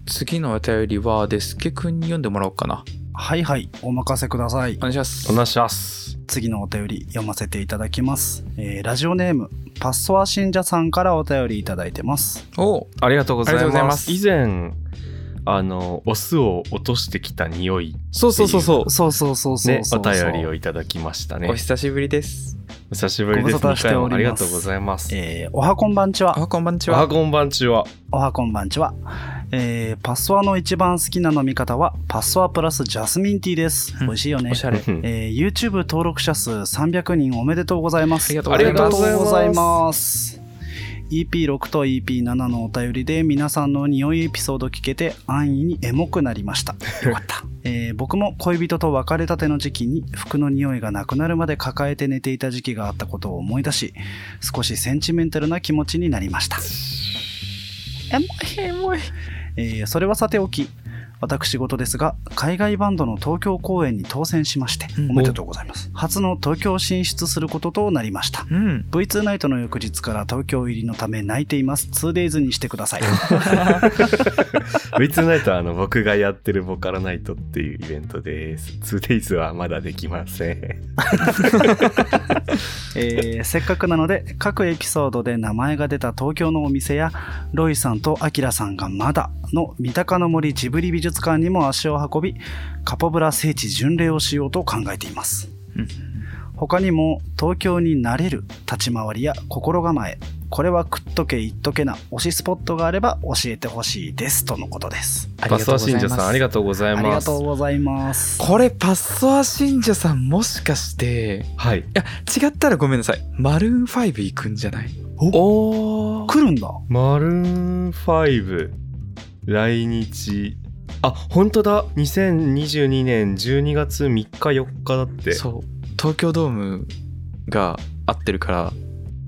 [SPEAKER 3] 次のお便りはデスケくんに読んでもらおうかな
[SPEAKER 2] はいはいお任せください
[SPEAKER 3] お願いします
[SPEAKER 1] おなしゃっす
[SPEAKER 2] 次のお便り読ませていただきます、えーラジオネームパッソワ信者さんからお便りいただいてます
[SPEAKER 3] おう
[SPEAKER 1] ありがとうござい
[SPEAKER 3] ありがとうご
[SPEAKER 1] ま
[SPEAKER 3] ざ
[SPEAKER 1] す
[SPEAKER 3] いま
[SPEAKER 1] 以前あのオスを落としてきた匂い
[SPEAKER 3] そうそうそうそう
[SPEAKER 2] そうそうそうそう
[SPEAKER 1] ね
[SPEAKER 2] そう
[SPEAKER 1] お
[SPEAKER 2] そう
[SPEAKER 1] 便りをいただきましたね
[SPEAKER 3] お久しぶりです
[SPEAKER 1] お久しぶりです
[SPEAKER 2] ご無沙汰してお
[SPEAKER 1] 二回
[SPEAKER 2] ります
[SPEAKER 1] もありがとうございます
[SPEAKER 2] えーおはこんばんちは
[SPEAKER 3] あこんばんち
[SPEAKER 1] あ
[SPEAKER 3] は
[SPEAKER 1] こんばんちは
[SPEAKER 2] おはこんばんちは、えーパッソワの一番好きな飲み方はパッソワプラスジャスミンティーです、
[SPEAKER 3] うん
[SPEAKER 2] 美味しいよね
[SPEAKER 3] おしゃ れ
[SPEAKER 2] えー YouTube 登録者数300人おめでとうございます。
[SPEAKER 3] ありがとうございます
[SPEAKER 2] ありがとうございます。EP6 と EP7 のお便りで皆さんの匂いエピソード聞けて安易にエモくなり ました。よかった。えー僕も恋人と別れたての時期に服の匂いがなくなるまで抱えて寝ていた時期があったことを思い出し、少しセンチメンタルな気持ちになりました。エモいエモい。えーそれはさておき、私事ですが海外バンドの東京公演に当選しまして
[SPEAKER 3] うん
[SPEAKER 2] おめでとうございます初の東京進出することとなりました
[SPEAKER 3] うん
[SPEAKER 2] V2 ナイトの翌日から東京入りのため泣いています 2days にしてくだ さい
[SPEAKER 1] ウィッツナイトはあの僕がやってるボカロナイトっていうイベントです。2days はまだできません。
[SPEAKER 2] えーせっかくなので各エピソードで名前が出た東京のお店やロイさんとアキラさんがまだの三鷹の森ジブリ美術館にも足を運びカポブラ聖地巡礼をしようと考えています他にも東京に慣れる立ち回りや心構えこれは食っとけ言っとけな推しスポットがあれば教えてほしいですとのことです
[SPEAKER 3] ありがとうございます
[SPEAKER 1] バスワ信者さんありがとうござ
[SPEAKER 2] あ
[SPEAKER 1] い
[SPEAKER 2] りが
[SPEAKER 1] ます
[SPEAKER 2] と。うございます
[SPEAKER 3] これパッソア信者さんもしかして
[SPEAKER 1] はい。
[SPEAKER 3] いや違ったらごめんなさいマルーン5行くんじゃないおお
[SPEAKER 2] 来るんだ
[SPEAKER 1] マルーン5来日。あ、本当だ。2022年12月3日4日だって。
[SPEAKER 3] そう東京ドームが合ってるから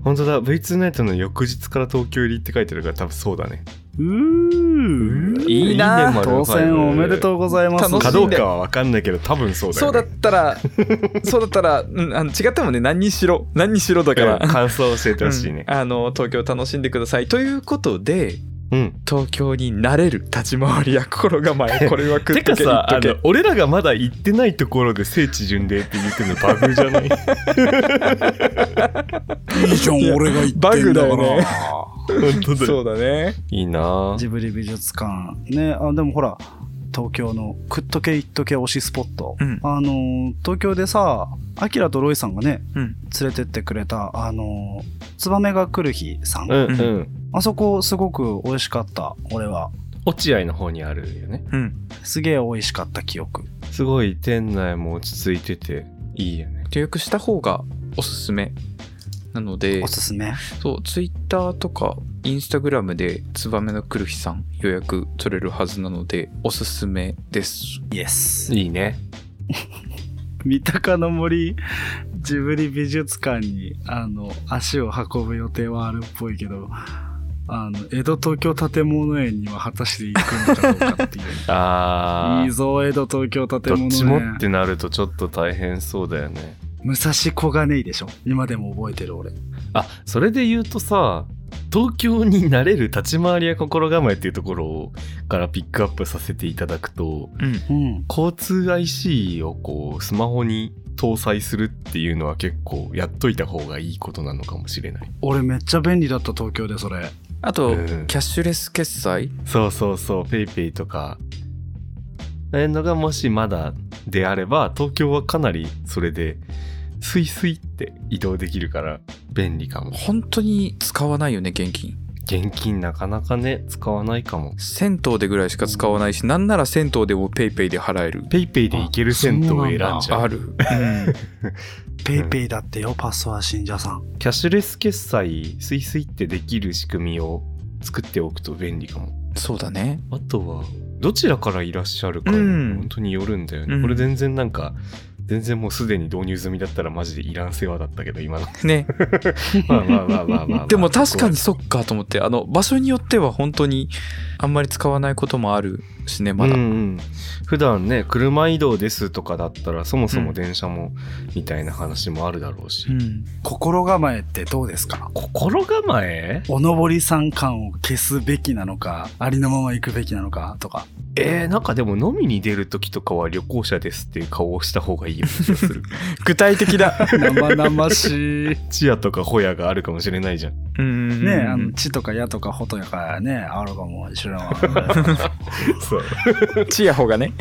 [SPEAKER 1] 本当だ。V2 ナイトの翌日から東京入りって書いてるから多分そうだね。
[SPEAKER 2] うー
[SPEAKER 3] いいな
[SPEAKER 1] ね
[SPEAKER 2] 当選おめでとうございます
[SPEAKER 3] 楽
[SPEAKER 1] か
[SPEAKER 3] しい
[SPEAKER 1] ど
[SPEAKER 3] ん
[SPEAKER 1] う
[SPEAKER 3] だ
[SPEAKER 1] かは分かんないけど多分そうだ
[SPEAKER 3] そ
[SPEAKER 1] よ、
[SPEAKER 3] うだっ
[SPEAKER 1] ね。
[SPEAKER 3] たら そうだったら、うん、あの違ってもね何にしろ何にしろだから、
[SPEAKER 1] うん感想教えてほしいね
[SPEAKER 3] う。んあの東京楽しんでくださいということで
[SPEAKER 1] うん。
[SPEAKER 3] 東京に慣れる立ち回りや心構えこれは食
[SPEAKER 1] て
[SPEAKER 3] っと
[SPEAKER 1] か
[SPEAKER 3] け
[SPEAKER 1] さ
[SPEAKER 3] 言
[SPEAKER 1] あ
[SPEAKER 3] っと
[SPEAKER 1] の
[SPEAKER 3] け
[SPEAKER 1] 俺らがまだ行ってないところで聖地巡礼って言ってるのバグじゃない
[SPEAKER 2] いいじゃん
[SPEAKER 3] いや
[SPEAKER 2] 俺が言
[SPEAKER 3] バグだよね
[SPEAKER 1] 本当だ
[SPEAKER 3] そ
[SPEAKER 1] よ
[SPEAKER 3] うだね
[SPEAKER 1] いいな
[SPEAKER 2] ジブリ美術館ねあでもほら東京の食っとけ言っとけ推しスポット、
[SPEAKER 3] うん
[SPEAKER 2] あのー東京でさアキラとロイさんがね
[SPEAKER 3] うん
[SPEAKER 2] 連れてってくれたあのーツバメが来る日さん、
[SPEAKER 1] うんうん、
[SPEAKER 2] あそこすごく美味しかった俺は
[SPEAKER 1] 落合の方にあるよね
[SPEAKER 3] うん
[SPEAKER 2] すげえ美味しかった記憶
[SPEAKER 1] すごい店内も落ち着いてていいよね
[SPEAKER 3] 予約した方がおすすめなので
[SPEAKER 2] おすすめ
[SPEAKER 3] そうツイッターとかインスタグラムでツバメの来る日さん予約取れるはずなのでおすすめです
[SPEAKER 2] イエス
[SPEAKER 1] いいね
[SPEAKER 2] 三鷹の森ジブリ美術館にあの足を運ぶ予定はあるっぽいけどあの江戸東京建物園には果たして行くのかどうかっていう
[SPEAKER 1] あ
[SPEAKER 2] いい
[SPEAKER 1] ー
[SPEAKER 2] ぞ江戸東京建
[SPEAKER 1] ど
[SPEAKER 2] 物
[SPEAKER 1] っ
[SPEAKER 2] 園
[SPEAKER 1] ちも ってなるとちょっと大変そうだよね
[SPEAKER 2] 武蔵小金井でしょ今でも覚えてる俺
[SPEAKER 1] あそれで言うとさ東京に慣れる立ち回りや心構えっていうところからピックアップさせていただくと
[SPEAKER 3] うん
[SPEAKER 2] うん
[SPEAKER 1] 交通 IC をこうスマホに搭載するっていうのは結構やっといた方がいいことなのかもしれない
[SPEAKER 2] 俺めっちゃ便利だった東京でそれ
[SPEAKER 3] あと、
[SPEAKER 1] うん
[SPEAKER 3] キャッシュレス決済
[SPEAKER 1] そうそうそう PayPay とかああいうのがもしまだであれば東京はかなりそれでスイスイって移動できるから便利かも
[SPEAKER 3] 本当に使わないよね現金
[SPEAKER 1] 現金なかなかね使わないかも
[SPEAKER 3] 銭湯でぐらいしか使わないしなんなら銭湯でも PayPay ペイペイで払える
[SPEAKER 1] PayPay で行ける銭湯を選んじ
[SPEAKER 2] あ
[SPEAKER 1] ゃ
[SPEAKER 3] あ
[SPEAKER 1] う
[SPEAKER 3] る、
[SPEAKER 2] ペイペイだってよパスワ信者さん
[SPEAKER 1] キャッシュレス決済スイスイってできる仕組みを作っておくと便利かも。
[SPEAKER 3] そうだね
[SPEAKER 1] あとは、どちらからいらっしゃるか、
[SPEAKER 3] うん
[SPEAKER 1] 本当によるんだよね。
[SPEAKER 3] うん
[SPEAKER 1] これ全然なんか、全然もうすでに導入済みだったらマジでいらん世話だったけど、 今の。
[SPEAKER 3] ね
[SPEAKER 1] まあまあまあまあまあまあ。
[SPEAKER 3] でも確かに
[SPEAKER 1] そ
[SPEAKER 3] そっかと思ってあの場所によっては本当にあんまり使わないこともあるしね
[SPEAKER 1] こ
[SPEAKER 3] ま
[SPEAKER 1] は
[SPEAKER 3] だ、
[SPEAKER 1] うんうん普段ね、車移動ですとかだったら、そもそうも
[SPEAKER 3] ん
[SPEAKER 1] 電車も、みたいな話もあるだろうし。
[SPEAKER 3] うん
[SPEAKER 2] 心構えってどうですか
[SPEAKER 1] 心構え
[SPEAKER 2] おのぼりさん感を消すべきなのか、ありのまま行くべきなのかとか。
[SPEAKER 1] えー、なんかでも飲みに出る時とかは旅行者ですっていう顔をした方がいいような気がす る。
[SPEAKER 3] 具体的だ
[SPEAKER 2] 生々しい。
[SPEAKER 1] チアとかホヤがあるかもしれないじゃん。
[SPEAKER 3] うん
[SPEAKER 2] ねえ、あの、地とか矢とかほとやかね、あるかもしれない。
[SPEAKER 1] そう。
[SPEAKER 3] チヤホがね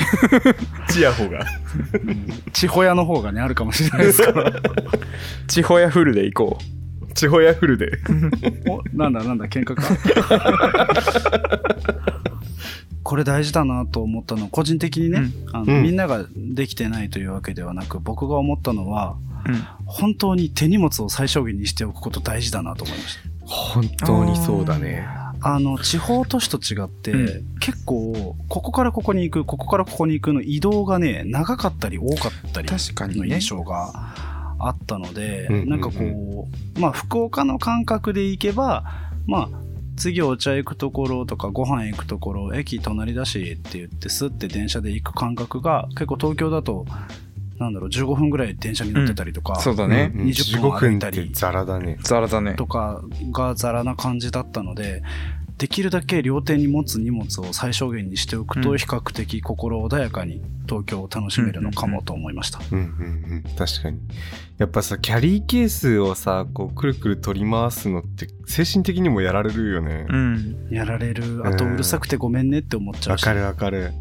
[SPEAKER 1] チアホが。
[SPEAKER 2] 地ほやの方がね、あるかもしれないです から。
[SPEAKER 3] チホヤフルで行こ
[SPEAKER 1] チホヤフルで。
[SPEAKER 2] お、なんだなんだ、喧嘩か。 これ大事だなと思ったの、個人的にね、あの
[SPEAKER 1] うん
[SPEAKER 2] みんなができてないというわけではなく、僕が思ったのは、
[SPEAKER 3] う、
[SPEAKER 2] 本当に手荷物を最小限にしておくこと大事だなと思いました。
[SPEAKER 1] 本当にそうだね。
[SPEAKER 2] あの地方都市と違って、
[SPEAKER 3] う
[SPEAKER 2] 結構ここからここに行くここからここに行くの移動がね長かったり多かったり
[SPEAKER 3] 確かに
[SPEAKER 2] の
[SPEAKER 3] ね
[SPEAKER 2] 印象があったので、
[SPEAKER 1] うんうんうん
[SPEAKER 2] なんかこうまあ福岡の感覚で行けばまあ次お茶行くところとかご飯行くところ駅隣だしって言ってスッて電車で行く感覚が結構東京だとなんだろう15分ぐらい電車に乗ってたりとか、
[SPEAKER 3] そうだね、
[SPEAKER 1] うん
[SPEAKER 2] 20分
[SPEAKER 1] 15分っ
[SPEAKER 2] 歩いた
[SPEAKER 1] て
[SPEAKER 2] り
[SPEAKER 1] ザラだね。
[SPEAKER 3] ザラだね
[SPEAKER 2] とかがザラな感じだったのでできるだけ両手に持つ荷物を最小限にしておく
[SPEAKER 3] う
[SPEAKER 2] と
[SPEAKER 3] ん
[SPEAKER 2] 比較的心穏やかに東京を楽しめるのかもと思いました、
[SPEAKER 1] うんうんうん。確かに。やっぱさ、キャリーケースをさ、こう、くるくる取り回すのって、精神的にもやられるよね。
[SPEAKER 3] うん
[SPEAKER 2] やられるあと
[SPEAKER 1] うん
[SPEAKER 2] うるさくてごめんねって思っちゃ
[SPEAKER 1] わ
[SPEAKER 2] うし、
[SPEAKER 1] かるわかる。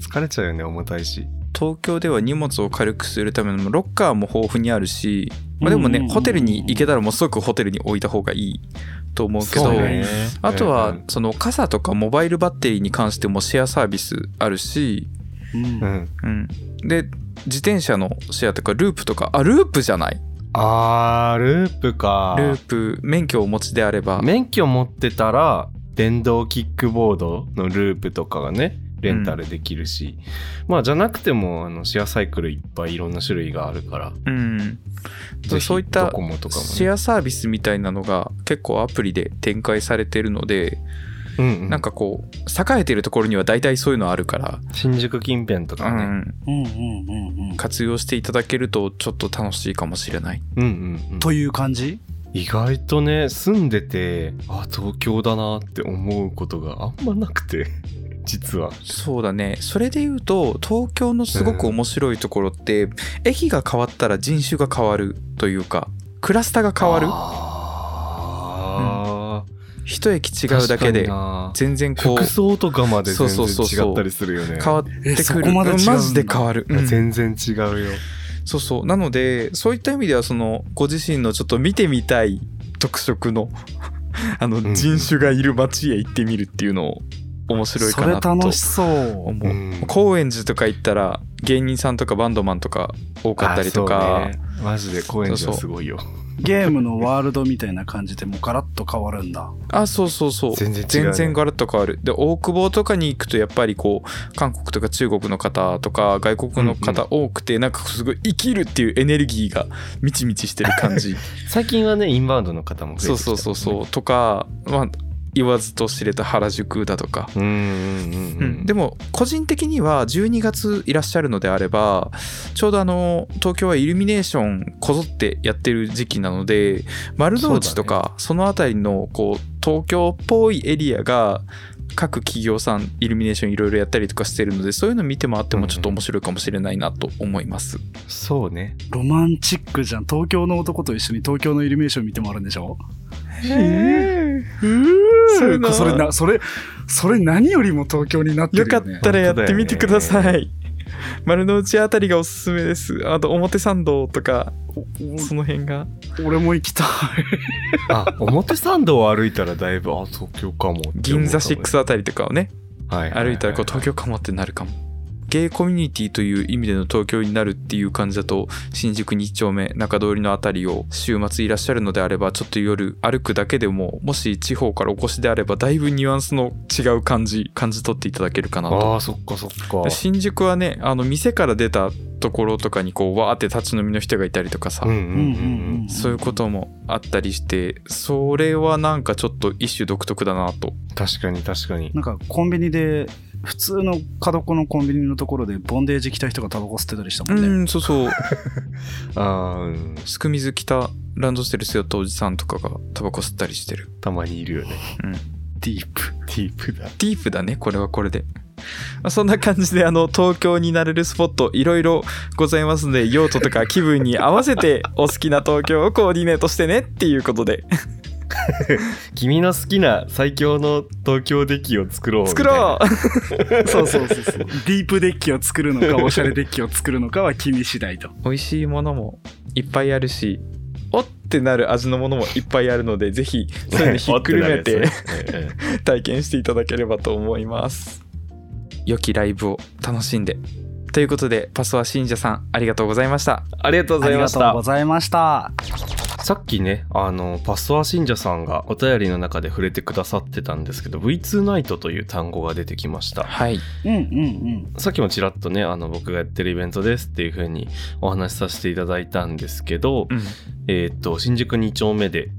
[SPEAKER 1] 疲れちゃうよね、重たいし。
[SPEAKER 3] 東京では荷物を軽くするためのロッカーも豊富にあるし、まあ、でもね、
[SPEAKER 2] うんうんうんうん
[SPEAKER 3] ホテルに行けたらもう即ホテルに置いた方がいいと思うけど
[SPEAKER 2] そうね
[SPEAKER 3] あと
[SPEAKER 1] う
[SPEAKER 3] は
[SPEAKER 1] ん
[SPEAKER 3] その傘とかモバイルバッテリーに関してもシェアサービスあるし、
[SPEAKER 2] うん
[SPEAKER 1] うん。
[SPEAKER 3] うん、で自転車のシェアとかループとかあループじゃない
[SPEAKER 1] あー、ループか。
[SPEAKER 3] ループ免許をお持ちであれば
[SPEAKER 1] 免許持ってたら電動キックボードのループとかがねレンタルできるし、まあじゃなくてもあのシェアサイクルいっぱいいろんな種類があるから
[SPEAKER 3] うん、
[SPEAKER 1] ぜひ
[SPEAKER 3] そういった
[SPEAKER 1] ドコモとかも、ね、
[SPEAKER 3] シェアサービスみたいなのが結構アプリで展開されてるので、
[SPEAKER 1] うんうん
[SPEAKER 3] なんかこう栄えてるところには大体そういうのあるから、
[SPEAKER 1] 新宿近辺と
[SPEAKER 3] う
[SPEAKER 1] かね、
[SPEAKER 3] ん、
[SPEAKER 2] うんうんうんうん
[SPEAKER 3] 活用していただけるとちょっと楽しいかもしれない。
[SPEAKER 1] うんうんうん
[SPEAKER 2] という感じ
[SPEAKER 1] 意外とね住んでてあ東京だなって思うことがあんまなくて 実は
[SPEAKER 3] そうだねそれで言うと東京のすごく面白いところって、駅が変わったら人種が変わるというかクラスターが変わる
[SPEAKER 1] あー、
[SPEAKER 3] 一駅違うだけで
[SPEAKER 1] 確かに
[SPEAKER 3] 全然
[SPEAKER 1] な
[SPEAKER 3] こ
[SPEAKER 1] 服
[SPEAKER 3] う
[SPEAKER 1] 装とかまで全然
[SPEAKER 3] そうそうそうそう
[SPEAKER 1] 違ったりするよね
[SPEAKER 3] 変わって
[SPEAKER 2] えそ
[SPEAKER 3] く
[SPEAKER 2] こ
[SPEAKER 3] る
[SPEAKER 2] まで違うんだ
[SPEAKER 3] マジで変わる、うん
[SPEAKER 1] 全然違うよ
[SPEAKER 3] そうそうなのでそういった意味ではそのご自身のちょっと見てみたい特色の あの
[SPEAKER 1] ん
[SPEAKER 3] 人種がいる街へ行ってみるっていうのを面白い
[SPEAKER 2] そ
[SPEAKER 3] か
[SPEAKER 2] れ
[SPEAKER 3] なと思う
[SPEAKER 2] 楽しそう
[SPEAKER 1] うん
[SPEAKER 3] 高円寺とか行ったら芸人さんとかバンドマンとか多かったりと
[SPEAKER 1] あ
[SPEAKER 3] か
[SPEAKER 1] そうねマジで高円寺はすごいよ
[SPEAKER 2] ゲームのワールドみたいな感じでもうガラッと変わるんだ
[SPEAKER 3] あそうそうそう
[SPEAKER 1] 全然違うね
[SPEAKER 3] 全然ガラッと変わるで大久保とかに行くとやっぱりこう韓国とか中国の方とか外国の方多くて、なんかすごい生きるっていうエネルギーがみちみちしてる感 じ
[SPEAKER 1] 最近はねインバウンドの方も増え
[SPEAKER 3] そう
[SPEAKER 1] てき
[SPEAKER 3] そうそうそううとか、まあ、言わずと知れた原宿だとか、
[SPEAKER 1] うんうんうん
[SPEAKER 3] う
[SPEAKER 1] うんん
[SPEAKER 3] でも個人的には12月いらっしゃるのであればちょうどあの東京はイルミネーションこぞってやってる時期なので丸の内とかその辺りのこう東京っぽいエリアが各企業さんイルミネーションいろいろやったりとかしてるのでそういうの見てもあってもちょっと面白いかもしれないなと思います。
[SPEAKER 1] そうね
[SPEAKER 2] ロマンチックじゃん東京の男と一緒に東京のイルミネーション見てもあるんでしょそれそれなそれそれ何よりも東京になってる
[SPEAKER 3] よ
[SPEAKER 2] よ、ね、
[SPEAKER 3] かったらやってみてください。丸の内あたりがおすすめです。あと表参道とかその辺が。
[SPEAKER 2] お俺も行きたい
[SPEAKER 1] あ表参道を歩いたらだいぶあ東京かもって思うかも
[SPEAKER 3] 銀座6あたりとかをね
[SPEAKER 1] はいはいはい
[SPEAKER 3] 歩いたらこう東京かもってなるかもゲイコミュニティという意味での東京になるっていう感じだと新宿2丁目中通りのあたりを週末いらっしゃるのであればちょっと夜歩くだけでももし地方からお越しであればだいぶニュアンスの違う感じ感じ取っていただけるかなと
[SPEAKER 1] ああそっかそっか
[SPEAKER 3] で新宿はねあの店から出たところとかにこうわーって立ち飲みの人がいたりとかさ、
[SPEAKER 1] うんうん
[SPEAKER 2] うん
[SPEAKER 1] うん
[SPEAKER 2] うん
[SPEAKER 3] そういうこともあったりしてそれはなんかちょっと一種独特だなと
[SPEAKER 1] うん確かに確かに
[SPEAKER 2] なんかコンビニで普通の角っこのコンビニのところでボンデージ着た人がタバコ吸ってたりした
[SPEAKER 3] う
[SPEAKER 2] もんね、
[SPEAKER 3] んそうそう
[SPEAKER 1] ああうん
[SPEAKER 3] すくみず着たランドセル背負ったおじさんとかがタバコ吸ったりしてる
[SPEAKER 1] たまにいるよね
[SPEAKER 3] うん
[SPEAKER 1] ディープディープだ
[SPEAKER 3] ディープだねこれはこれでまあそんな感じであの東京になれるスポットいろいろございますんで用途とか気分に合わせてお好きな東京をコーディネートしてねっていうことで
[SPEAKER 1] 君の好きな最強の東京デッキを作ろう
[SPEAKER 3] 作ろう
[SPEAKER 2] そうそうそう そうディープデッキを作るのかおしゃれデッキを作ろうのかは君次第と
[SPEAKER 3] 美味しいものもいっぱいあるしおってなる味のものもいっぱいあるのでぜひそういうのひっくる め
[SPEAKER 1] お
[SPEAKER 3] て
[SPEAKER 1] っなるやつねええ
[SPEAKER 3] 体験していただければと思います良きライブを楽しんでということでパスワ信者さんありがとうございました
[SPEAKER 1] ありがとうござ
[SPEAKER 2] あり
[SPEAKER 1] いま
[SPEAKER 2] が
[SPEAKER 1] し
[SPEAKER 2] とう
[SPEAKER 1] た
[SPEAKER 2] ございました
[SPEAKER 1] さっきね、あの、パスワ信者さんがお便りの中で触れてくださってたんですけど、V2 ナイトという単語が出てきました。
[SPEAKER 3] はい
[SPEAKER 2] うんうんうん
[SPEAKER 1] さっきもちらっとね、あの、僕がやってるイベントですっていう風にお話しさせていただいたんですけど、
[SPEAKER 3] うん
[SPEAKER 1] えーっと、新宿2丁目で、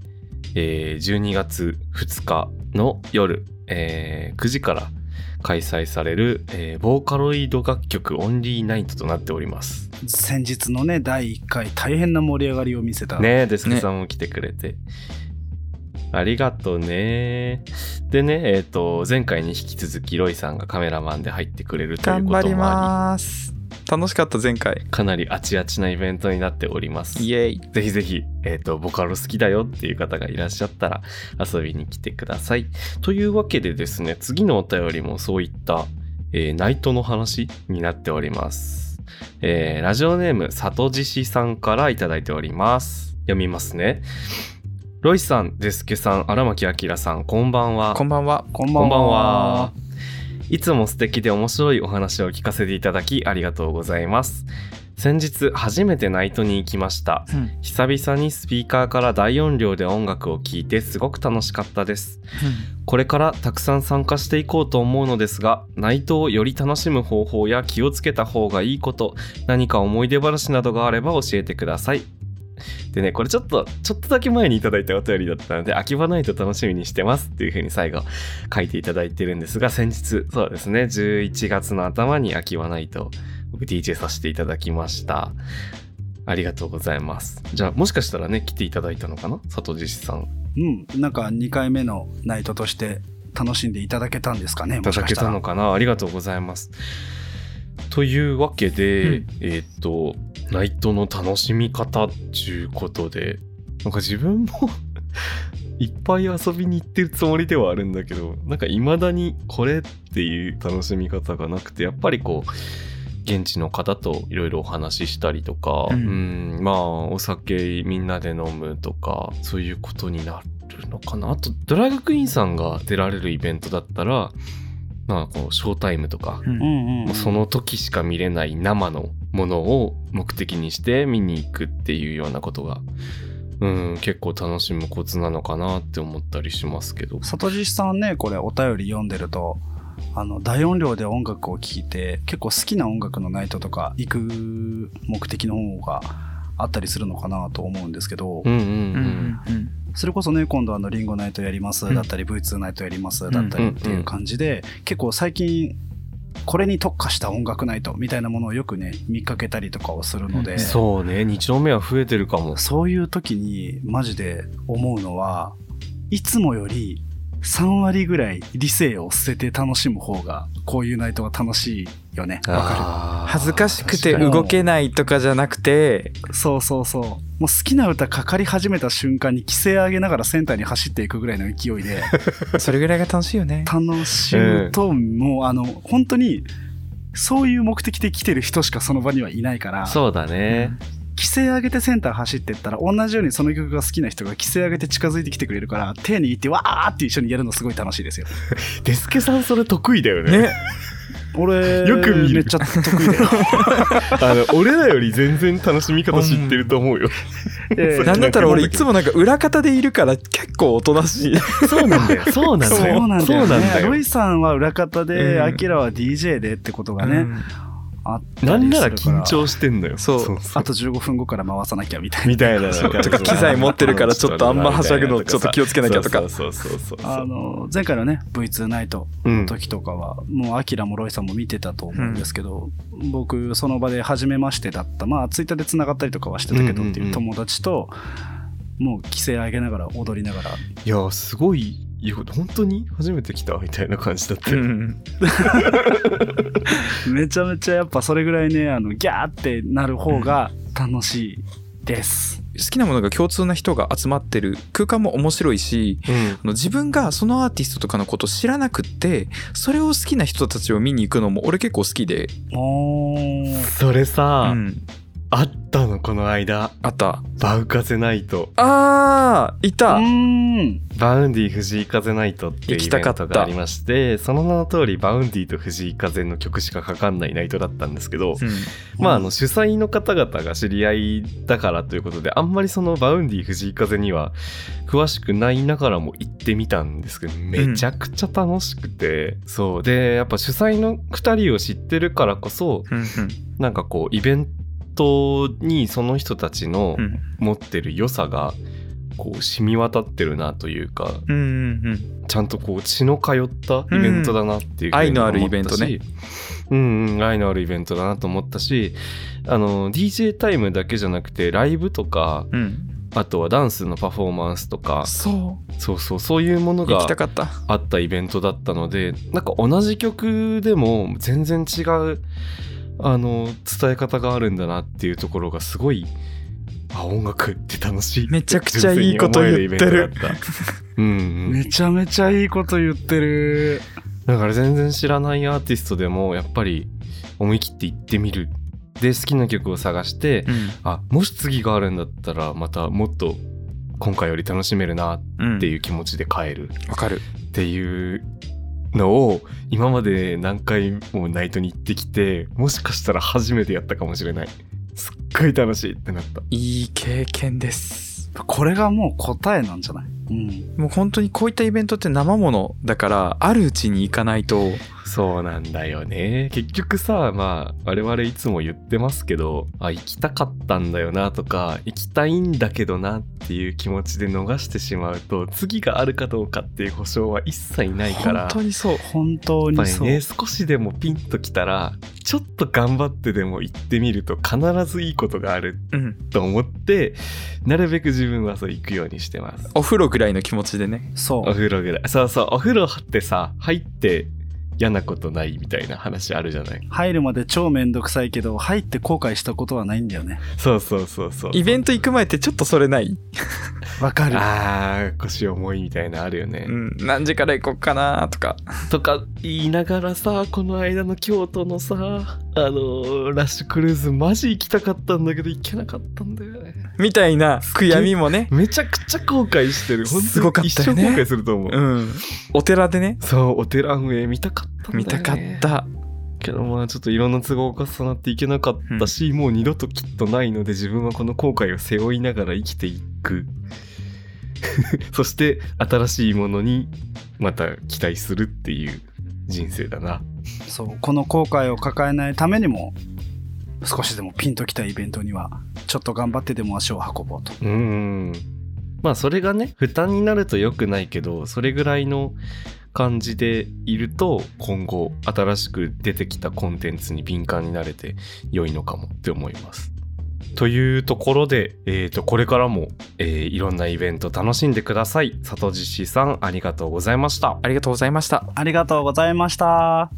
[SPEAKER 1] えー12月2日の夜、えー9時から開催される、えーボーカロイド楽曲オンリーナイトとなっております。
[SPEAKER 2] 先日のね第1回大変な盛り上がりを見せた、
[SPEAKER 1] ねえデスクさんも来てくれて、ありがとうねでねえっ、と前回に引き続きロイさんがカメラマンで入ってくれるという
[SPEAKER 3] 頑
[SPEAKER 1] こ
[SPEAKER 3] 張
[SPEAKER 1] と
[SPEAKER 3] り
[SPEAKER 1] もあ
[SPEAKER 3] ます楽しかった前回
[SPEAKER 1] りかなりあちあちなイベントになっております
[SPEAKER 3] イエイ
[SPEAKER 1] ぜひぜひ、えっ、と、ボカロ好きだよっていう方がいらっしゃったら遊びに来てください。というわけでですね、次のお便りもそういった、えーナイトの話になっております。えーラジオネーム、さとじしさんからいただいております。読みますね。ロイさん、デスケさん、荒牧明さん、こんばんは。
[SPEAKER 3] こんばんは
[SPEAKER 2] こんばんは
[SPEAKER 1] こんばんはいつも素敵で面白いお話を聞かせていただきありがとうございます。先日初めてナイトに行きました。
[SPEAKER 3] うん
[SPEAKER 1] 久々にスピーカーから大音量で音楽を聴いてすごく楽しかったですこれからたくさん参加していこうと思うのですがナイトをより楽しむ方法や気をつけた方がいいこと何か思い出話などがあれば教えてくださいでねこれちょっとちょっとだけ前にいただいたお便りだったので秋葉ナイト楽しみにしてますっていう風に最後書いていただいてるんですが先日そうですね11月の頭に秋葉ナイトを僕 DJ させていただきましたありがとうございますじゃあもしかしたらね来ていただいたのかな佐藤実さん
[SPEAKER 2] うんなんか2回目のナイトとして楽しんでいただけたんですかね
[SPEAKER 1] い
[SPEAKER 2] も
[SPEAKER 1] た
[SPEAKER 2] し
[SPEAKER 1] だ
[SPEAKER 2] か
[SPEAKER 1] け
[SPEAKER 2] した
[SPEAKER 1] た
[SPEAKER 2] ら
[SPEAKER 1] のかなありがとうございます。というわけで、
[SPEAKER 3] うん
[SPEAKER 1] えーっ、とナイトの楽しみ方っていうことでなんか自分も いっぱい遊びに行ってるつもりではあるんだけどなんか未だにこれっていう楽しみ方がなくてやっぱりこう現地の方といろいろお話ししたりとか、
[SPEAKER 3] う
[SPEAKER 1] うんん、まあお酒みんなで飲むとかそういうことになるのかなあとドラッグクイーンさんが出られるイベントだったらまあこうショータイムとか、
[SPEAKER 3] うん
[SPEAKER 2] うんうんうん
[SPEAKER 1] もうその時しか見れない生のものを目的にして見に行くっていうようなことが、うん、結構楽しむコツなのかなって思ったりしますけど。
[SPEAKER 2] さとじさんねこれお便り読んでるとあの大音量で音楽を聴いて結構好きな音楽のナイトとか行く目的の方があったりするのかなと思うんですけど、
[SPEAKER 1] うんうん
[SPEAKER 3] うんうん
[SPEAKER 2] それこそね今度あのリンゴナイトやりますだったり、V2 ナイトやりますだったりっていう感じで、結構最近これに特化した音楽ナイトみたいなものをよくね見かけたりとかをするので、
[SPEAKER 3] うん
[SPEAKER 1] うん、そうね2丁目は増えてるかも。
[SPEAKER 2] そういう時にマジで思うのはいつもより3割ぐらい理性を捨てて楽しむ方がこういうナイトが楽しいよねわか
[SPEAKER 3] 恥ずかしくて
[SPEAKER 2] 確かに
[SPEAKER 3] 動けないとかじゃなく て
[SPEAKER 2] るそうそうそうもう好きな歌かかり始めた瞬間に規制上げながらセンターに走っていくぐらいの勢いで
[SPEAKER 3] それぐらいが楽しいよね
[SPEAKER 2] 楽しむと、もうあの本当にそういう目的で来てる人しかその場にはいないから
[SPEAKER 1] そうだね。
[SPEAKER 2] 規制上げてセンター走ってったら同じようにその曲が好きな人が規制上げて近づいてきてくれるから手握ってわーって一緒にやるのすごい楽しいですよ
[SPEAKER 1] デスケさんそれ得意だよね。
[SPEAKER 3] ね
[SPEAKER 2] 俺、
[SPEAKER 1] よく見る
[SPEAKER 2] めっちゃ得意だよ。
[SPEAKER 1] あの俺らより全然楽しみ方知ってると思うよ。
[SPEAKER 2] ええ
[SPEAKER 3] なんだったら俺いつ
[SPEAKER 1] も
[SPEAKER 3] もなんか裏方でいるから結構おとなしい。
[SPEAKER 1] そうなんだよ。 そうなんだよ。
[SPEAKER 2] そうなんだよ、ね。ロ
[SPEAKER 1] よ
[SPEAKER 2] イさんは裏方で、
[SPEAKER 3] うん
[SPEAKER 2] アキラは DJ でってことがね、あったりするから。
[SPEAKER 1] なんなら緊張してんのよ。
[SPEAKER 3] そう
[SPEAKER 2] あと15分後から回さなきゃみたいな。
[SPEAKER 1] みたい な。
[SPEAKER 3] そうとか機材持ってるからちょっとあんまはしゃぐのちょっと気をつけなきゃとか
[SPEAKER 1] そうそうそうそうそう
[SPEAKER 2] あの、前回のね、V2 ナイト
[SPEAKER 1] うん
[SPEAKER 2] の時とかは、もうアキラもロイさんも見てたと思うんですけど、僕、その場で初めましてだった、まあ、ツイッターで繋がったりとかはしてたけどって
[SPEAKER 1] うんうんう
[SPEAKER 2] い
[SPEAKER 1] ん
[SPEAKER 2] う友達と、もう規制上げながら踊りながら
[SPEAKER 1] いや、すごいよ。本当に初めて来たみたいな感じだった
[SPEAKER 3] う
[SPEAKER 1] よ。
[SPEAKER 3] ん
[SPEAKER 2] めちゃめちゃやっぱそれぐらいねあのギャーってなる方が楽しいです、
[SPEAKER 3] 好きなものが共通な人が集まってる空間も面白いし、あの自分がそのアーティストとかのこと知らなくって、それを好きな人たちを見に行くのも俺結構好きで、
[SPEAKER 2] おー
[SPEAKER 1] それさ、
[SPEAKER 3] うん
[SPEAKER 1] あったの、この間。
[SPEAKER 3] あった。
[SPEAKER 1] バウカゼナイト。
[SPEAKER 3] あー、いた、
[SPEAKER 2] うーん
[SPEAKER 1] バウンディ藤井風ナイトっていうイ
[SPEAKER 3] 行き
[SPEAKER 1] ベ
[SPEAKER 3] た
[SPEAKER 1] ン
[SPEAKER 3] かっ
[SPEAKER 1] ト
[SPEAKER 3] た
[SPEAKER 1] がありましてその名の通りバウンディと藤井風の曲しかかかんないナイトだったんですけど、
[SPEAKER 3] うん
[SPEAKER 1] まああの主催の方々が知り合いだからということであんまりそのバウンディ藤井風には詳しくないながらも行ってみたんですけどめちゃくちゃ楽しくて、そうでやっぱ主催の2人を知ってるからこそ
[SPEAKER 3] うん
[SPEAKER 1] なんかこうイベントにその人たちの
[SPEAKER 3] うん
[SPEAKER 1] 持ってる良さがこう染み渡ってるなというか
[SPEAKER 3] うんうんうん
[SPEAKER 1] ちゃんとこう血の通ったイベントだなっていうふうに思ったし、
[SPEAKER 3] うん愛のあるイベントね
[SPEAKER 1] うんうん愛のあるイベントだなと思ったしあの DJ タイムだけじゃなくてライブとか
[SPEAKER 3] うん
[SPEAKER 1] あとはダンスのパフォーマンスとか
[SPEAKER 3] そ
[SPEAKER 1] そうそうそういうもの
[SPEAKER 3] う行
[SPEAKER 1] が
[SPEAKER 3] きたかった
[SPEAKER 1] あったイベントだったのでなんか同じ曲でも全然違うあの伝え方があるんだなっていうところがすごいあ音楽って楽しい
[SPEAKER 3] めちゃくちゃいいこと言ってる
[SPEAKER 1] 純粋に思えイベントだったうんうん、
[SPEAKER 2] めちゃめちゃいいこと言ってる
[SPEAKER 1] だから全然知らないアーティストでもやっぱり思い切って行ってみるで好きな曲を探して、あもし次があるんだったらまたもっと今回より楽しめるなっ
[SPEAKER 3] うん
[SPEAKER 1] ていう気持ちで帰る
[SPEAKER 3] わかる
[SPEAKER 1] っていうのを今まで何回もナイトに行ってきてもしかしたら初めてやったかもしれないすっごい楽しいってなった
[SPEAKER 3] いい経験です
[SPEAKER 2] これがもう答えなんじゃない、うん、
[SPEAKER 3] もう本当にこういったイベントって生ものだからあるうちに行かないと
[SPEAKER 1] そうなんだよね結局さまあ我々いつも言ってますけどあ行きたかったんだよなとか行きたいんだけどなっていう気持ちで逃してしまうと次があるかどうかっていう保証は一切ないから
[SPEAKER 3] 本当にそう
[SPEAKER 2] 本当
[SPEAKER 1] やっ
[SPEAKER 2] に
[SPEAKER 1] ぱり
[SPEAKER 2] そう、
[SPEAKER 1] ね少しでもピンときたらちょっと頑張ってでも行ってみると必ずいいことがある
[SPEAKER 3] うん
[SPEAKER 1] と思ってなるべく自分はそう行くようにしてます
[SPEAKER 3] お風呂ぐらいの気持ちでね
[SPEAKER 2] そ
[SPEAKER 1] お
[SPEAKER 2] う
[SPEAKER 1] 風呂ぐらいそうそうお風呂ってさ入って嫌なことないみたいな話あるじゃない
[SPEAKER 2] 入るまで超めんどくさいけど入って後悔したことはないんだよね
[SPEAKER 1] そうそうそうそう
[SPEAKER 3] イベント行く前ってちょっとそれない、
[SPEAKER 2] わかる
[SPEAKER 1] あー腰重いみたいなあるよね、
[SPEAKER 3] うん、何時から行こうかなとか
[SPEAKER 1] とか言いながらさこの間の京都のさあのーラッシュクルーズマジ行きたかったんだけど行けなかったんだよね
[SPEAKER 3] みたいな悔やみもね
[SPEAKER 1] めちゃくちゃ後悔してる。本当に
[SPEAKER 3] すごかったよね
[SPEAKER 1] 一生後悔すると思う。
[SPEAKER 3] うんお寺でね
[SPEAKER 1] そう、お寺運営見たかったんだよ、ね。
[SPEAKER 3] 見たかっ。た
[SPEAKER 1] けどまあちょっといろんな都合が重なっていけなかったし、もう二度ときっとないので自分はこの後悔を背負いながら生きていく。 そして新しいものにまた期待するっていう人生だな。
[SPEAKER 2] そうこの後悔を抱えないためにも少しでもピンときたイベントにはちょっと頑張ってでも足を運ぼうと
[SPEAKER 1] うん。まあそれがね、負担になると良くないけど、それぐらいの感じでいると、今後新しく出てきたコンテンツに敏感になれて良いのかもって思います。というところで、えーと、これからも、えーいろんなイベント楽しんでください。里地師さん、ありがとうございました。
[SPEAKER 3] ありがとうございました
[SPEAKER 2] ありがとうございました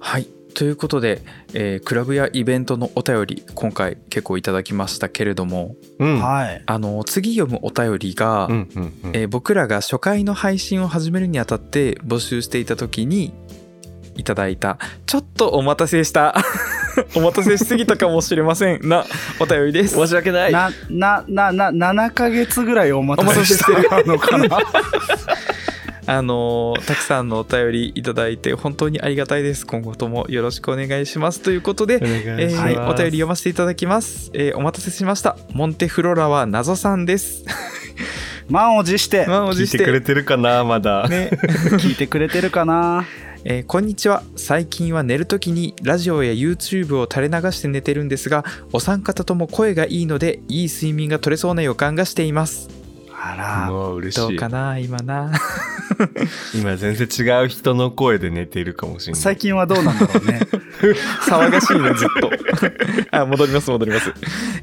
[SPEAKER 3] はいということで、えークラブやイベントのお便り今回結構いただきましたけれども
[SPEAKER 1] うん。
[SPEAKER 2] はい
[SPEAKER 3] あの次読むお便りが、
[SPEAKER 1] うんうんうん
[SPEAKER 3] えー僕らが初回の配信を始めるにあたって募集していた時にいただいたちょっとお待たせした お待たせしすぎたかもしれませんなお便りです
[SPEAKER 1] 申し訳ない。
[SPEAKER 2] な、な、な、な、7ヶ月ぐらいお待たせして
[SPEAKER 3] お
[SPEAKER 2] たのかな
[SPEAKER 3] あのーたくさんのお便りいただいて本当にありがたいです今後ともよろしくお願いしますということで、えー
[SPEAKER 2] し
[SPEAKER 3] お便り読ませていただきます、えーお待たせしましたモンテフロラは謎さんです
[SPEAKER 2] 満を持して
[SPEAKER 3] 満を
[SPEAKER 1] 聞
[SPEAKER 3] 持
[SPEAKER 1] い
[SPEAKER 3] して
[SPEAKER 1] てくれてるかなまだ、
[SPEAKER 3] ね
[SPEAKER 2] 聞いてくれてるかな
[SPEAKER 3] えーこんにちは最近は寝るときにラジオや YouTube を垂れ流して寝てるんですがお三方とも声がいいのでいい睡眠が取れそうな予感がしています
[SPEAKER 2] あ
[SPEAKER 1] う
[SPEAKER 2] ら
[SPEAKER 1] わ嬉
[SPEAKER 3] ど
[SPEAKER 1] し
[SPEAKER 3] う
[SPEAKER 1] い
[SPEAKER 3] かな今な
[SPEAKER 1] 今全然違う人の声で寝てるかもしれない
[SPEAKER 2] 最近はどうなんだ ろうね
[SPEAKER 3] 騒がしいねずっとあ戻ります戻ります、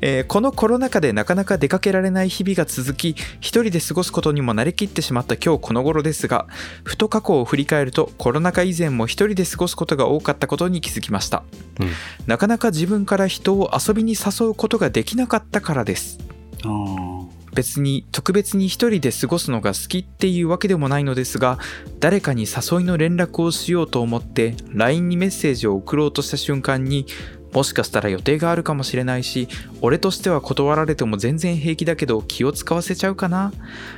[SPEAKER 3] えーこのコロナ禍でなかなか出かけられない日々が続き一人で過ごすことにも慣れきってしまった今日この頃ですがふと過去を振り返るとコロナ禍以前も一人で過ごすことが多かったことに気づきました、
[SPEAKER 1] うん
[SPEAKER 3] なかなか自分から人を遊びに誘うことができなかったからです
[SPEAKER 2] うん
[SPEAKER 3] 別に特別に一人で過ごすのが好きっていうわけでもないのですが誰かに誘いの連絡をしようと思って LINE にメッセージを送ろうとした瞬間にもしかしたら予定があるかもしれないし俺としては断られても全然平気だけど気を使わせちゃうかな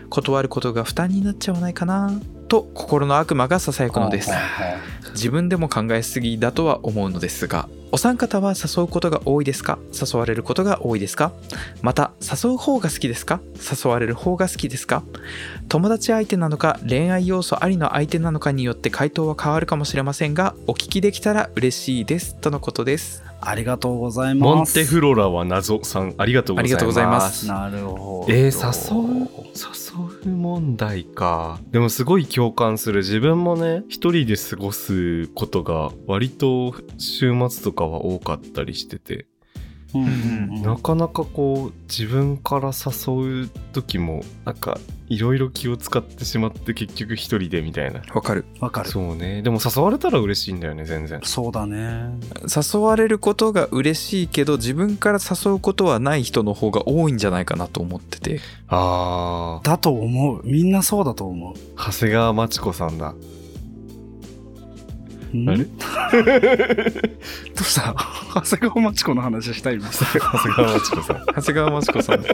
[SPEAKER 3] 断ることが負担になっちゃわないかなと心の悪魔が囁くのです自分でも考えすぎだとは思うのですがお三方は誘うことが多いですか誘われることが多いですかまた誘う方が好きですか誘われる方が好きですか友達相手なのか恋愛要素ありの相手なのかによって回答は変わるかもしれませんがお聞きできたら嬉しいですとのことです
[SPEAKER 2] ありがとうございます
[SPEAKER 1] モンテフロラは謎さんありがとうございます
[SPEAKER 3] ありがとうございます
[SPEAKER 2] なるほど
[SPEAKER 1] えー、誘う誘う問題かでもすごい共感する自分もね一人で過ごすことが割と週末とかは多かったりしてて
[SPEAKER 2] うんうんうん
[SPEAKER 1] なかなかこう自分から誘う時もなんかいろいろ気を使ってしまって結局一人でみたいな
[SPEAKER 3] わかる
[SPEAKER 2] わかる
[SPEAKER 1] そうねでも誘われたら嬉しいんだよね全然
[SPEAKER 2] そうだね
[SPEAKER 3] 誘われることが嬉しいけど自分から誘うことはない人の方が多いんじゃないかなと思ってて
[SPEAKER 1] あー
[SPEAKER 2] だと思うみんなそうだと思
[SPEAKER 1] 長谷川町子さんだ
[SPEAKER 2] ううん
[SPEAKER 1] あれ
[SPEAKER 2] どうした長谷川町子の 話したい今
[SPEAKER 1] 長谷川町子さん
[SPEAKER 3] 長谷川真子さん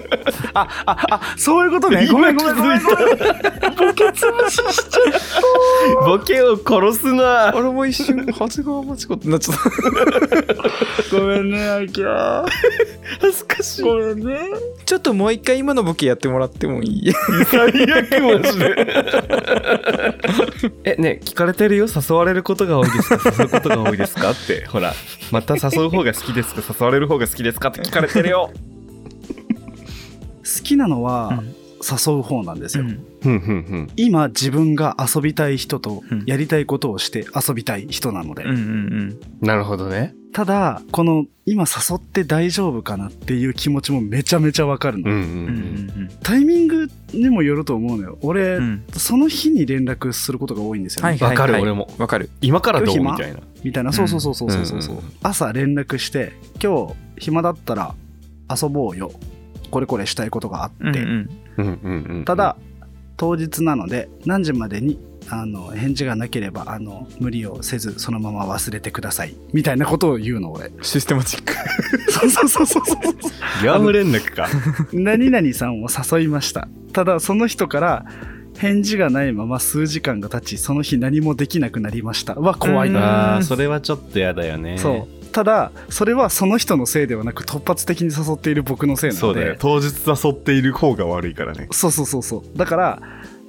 [SPEAKER 2] あああそういうことねごめんごめんごめんごめんボケ潰ししちゃっ
[SPEAKER 1] ボケを殺すな
[SPEAKER 3] 俺も一瞬長谷川真子ってなっちゃった
[SPEAKER 2] たごめんねあきら
[SPEAKER 1] 恥ずかしい
[SPEAKER 2] ごめんね
[SPEAKER 3] ちょっともう一回今のボケやってもらってもいい
[SPEAKER 1] 最悪マジで えね聞かれてるよ誘われることが多いですか 誘うことが多いですかってほらまた誘う方が好きですか誘われる方が好きですかって聞かれてるよ
[SPEAKER 2] 好きなの
[SPEAKER 3] う
[SPEAKER 2] は
[SPEAKER 3] ん
[SPEAKER 2] 誘う方なんですよ、
[SPEAKER 1] ふんふんふん
[SPEAKER 2] 今自分が遊びたい人と
[SPEAKER 3] うん
[SPEAKER 2] やりたいことをして遊びたい人なので、
[SPEAKER 3] うんうん
[SPEAKER 1] なるほどね
[SPEAKER 2] ただこの今誘って大丈夫かなっていう気持ちもめちゃめちゃわかるの、
[SPEAKER 1] うんう
[SPEAKER 3] うんんうん
[SPEAKER 2] タイミングにもよると思うのよ俺、
[SPEAKER 3] うん
[SPEAKER 2] その日に連絡することが多いんですよね、
[SPEAKER 3] はい
[SPEAKER 1] わかる、
[SPEAKER 3] はい
[SPEAKER 1] 俺も
[SPEAKER 3] わかる
[SPEAKER 1] 今からどう
[SPEAKER 2] 今
[SPEAKER 1] みたいな
[SPEAKER 2] みたいな
[SPEAKER 3] うん
[SPEAKER 2] そうそうそうそうそうそうそう、
[SPEAKER 1] うんうん
[SPEAKER 2] 朝連絡して今日暇だったら遊ぼうよこれこれしたいことがあって、
[SPEAKER 3] うんうん
[SPEAKER 1] うんうんうん
[SPEAKER 2] ただ当日なので何時までにあの返事がなければあの無理をせずそのまま忘れてくださいみたいなことを言うの 俺
[SPEAKER 3] システマチック
[SPEAKER 2] そうそうそうそうそう
[SPEAKER 1] 業務連絡か
[SPEAKER 2] 何々さんを誘いましたただその人から返事がないまま数時間が経ちその日何もできなくなりましたは怖い
[SPEAKER 3] うん
[SPEAKER 2] な
[SPEAKER 1] あーそれはちょっとやだよね
[SPEAKER 2] そうただそれはその人のせいではなく突発的に誘っている僕のせいな
[SPEAKER 1] そ
[SPEAKER 2] の
[SPEAKER 1] うだよ
[SPEAKER 2] で
[SPEAKER 1] 当日誘っている方が悪いからね
[SPEAKER 2] そうそうそうそうだから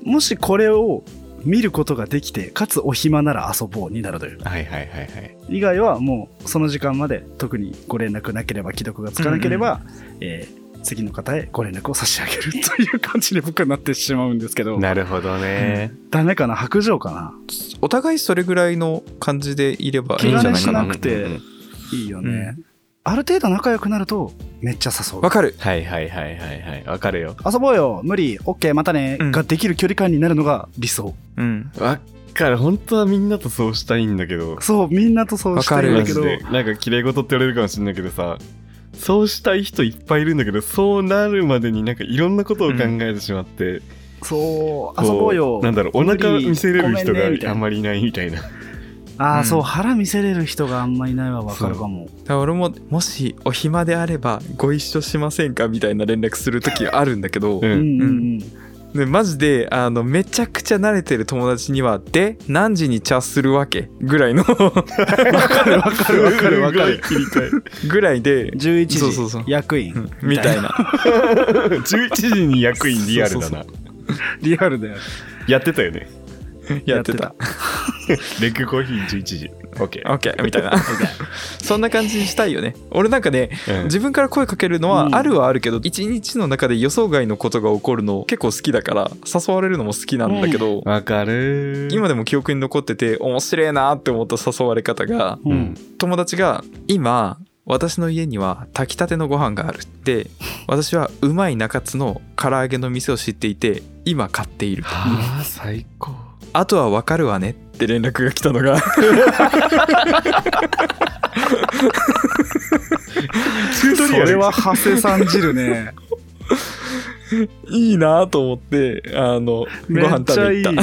[SPEAKER 2] もしこれを見ることができてかつお暇なら遊ぼうになるという
[SPEAKER 1] はいはいはいはい
[SPEAKER 2] 以外はもうその時間まで特にご連絡なければ既読がつかなければ、えー次の方へご連絡を差し上げるという感じで僕はなってしまうんですけど
[SPEAKER 1] なるほどね、
[SPEAKER 2] ダメかな白状かな
[SPEAKER 3] お互いそれぐらいの感じでいればいい
[SPEAKER 2] 気
[SPEAKER 3] んじゃ
[SPEAKER 2] 兼ね
[SPEAKER 3] ない
[SPEAKER 2] し
[SPEAKER 3] か
[SPEAKER 2] な
[SPEAKER 3] な
[SPEAKER 2] くて
[SPEAKER 1] うんうんうん
[SPEAKER 2] いいよね、
[SPEAKER 3] う
[SPEAKER 2] ある程度仲良くなるとめっちゃ誘う
[SPEAKER 3] わかる
[SPEAKER 1] はいはいはいはいはいわかるよ
[SPEAKER 2] 遊ぼうよ無理 OK またね、
[SPEAKER 3] うん
[SPEAKER 2] ができる距離感になるのが理想
[SPEAKER 3] うん
[SPEAKER 1] わっかる本当はみんなとそうしたいんだけど
[SPEAKER 2] そうみんなとそうしてるん
[SPEAKER 1] マ
[SPEAKER 2] だけ
[SPEAKER 1] ジ
[SPEAKER 2] ど
[SPEAKER 1] でなんか綺麗事って言われるかもしれないけどさそうしたい人いっぱいいるんだけどそうなるまでになんかいろんなことを考えてしまって、
[SPEAKER 2] そ
[SPEAKER 1] こ
[SPEAKER 2] う遊ぼうよ
[SPEAKER 1] なんだろうお腹見せれる人
[SPEAKER 2] ごめんねみたい
[SPEAKER 1] が
[SPEAKER 2] な
[SPEAKER 1] あんまりいないみたいな
[SPEAKER 2] ああ、
[SPEAKER 3] うん
[SPEAKER 2] そう腹見せれる人があんまいないはわかるかも
[SPEAKER 3] だから俺ももしお 暇であればご一緒しませんかみたいな連絡する時あるんだけど
[SPEAKER 1] う
[SPEAKER 2] うんんうんうん
[SPEAKER 3] でマジであのめちゃくちゃ慣れてる友達には「で何時に茶するわけ?」ぐらいの
[SPEAKER 1] かるわかるわかるわか る。
[SPEAKER 3] ぐらいで
[SPEAKER 2] 11時
[SPEAKER 3] そうそうそう
[SPEAKER 2] 役員、
[SPEAKER 3] うんみたいな
[SPEAKER 1] 11時に役員リアルだな。
[SPEAKER 3] そう
[SPEAKER 2] リアルだよ
[SPEAKER 1] やってたよね。
[SPEAKER 3] やってた
[SPEAKER 1] レッグコーヒー11時。OK。
[SPEAKER 3] OK みたいなそんな感じにしたいよね俺なんかね
[SPEAKER 1] うん
[SPEAKER 3] 自分から声かけるのは
[SPEAKER 2] うん
[SPEAKER 3] あるはあるけど一日の中で予想外のことが起こるの結構好きだから誘われるのも好きなんだけど
[SPEAKER 1] わかる。
[SPEAKER 3] 今でも記憶に残ってて面白いなって思った誘われ方が
[SPEAKER 1] う
[SPEAKER 2] う
[SPEAKER 1] んん、
[SPEAKER 3] 友達が今私の家には炊きたてのご飯があるで私はうまい中津の唐揚げの店を知っていて今買っている
[SPEAKER 1] はあ、最高。
[SPEAKER 3] あとはわかるわねって連絡が来たのが
[SPEAKER 2] それは長谷さん汁ね
[SPEAKER 3] いいなと思ってあの ご
[SPEAKER 2] めっ
[SPEAKER 3] 飯
[SPEAKER 2] ち
[SPEAKER 3] 食
[SPEAKER 2] ゃ
[SPEAKER 3] べ
[SPEAKER 2] いい
[SPEAKER 3] 行っ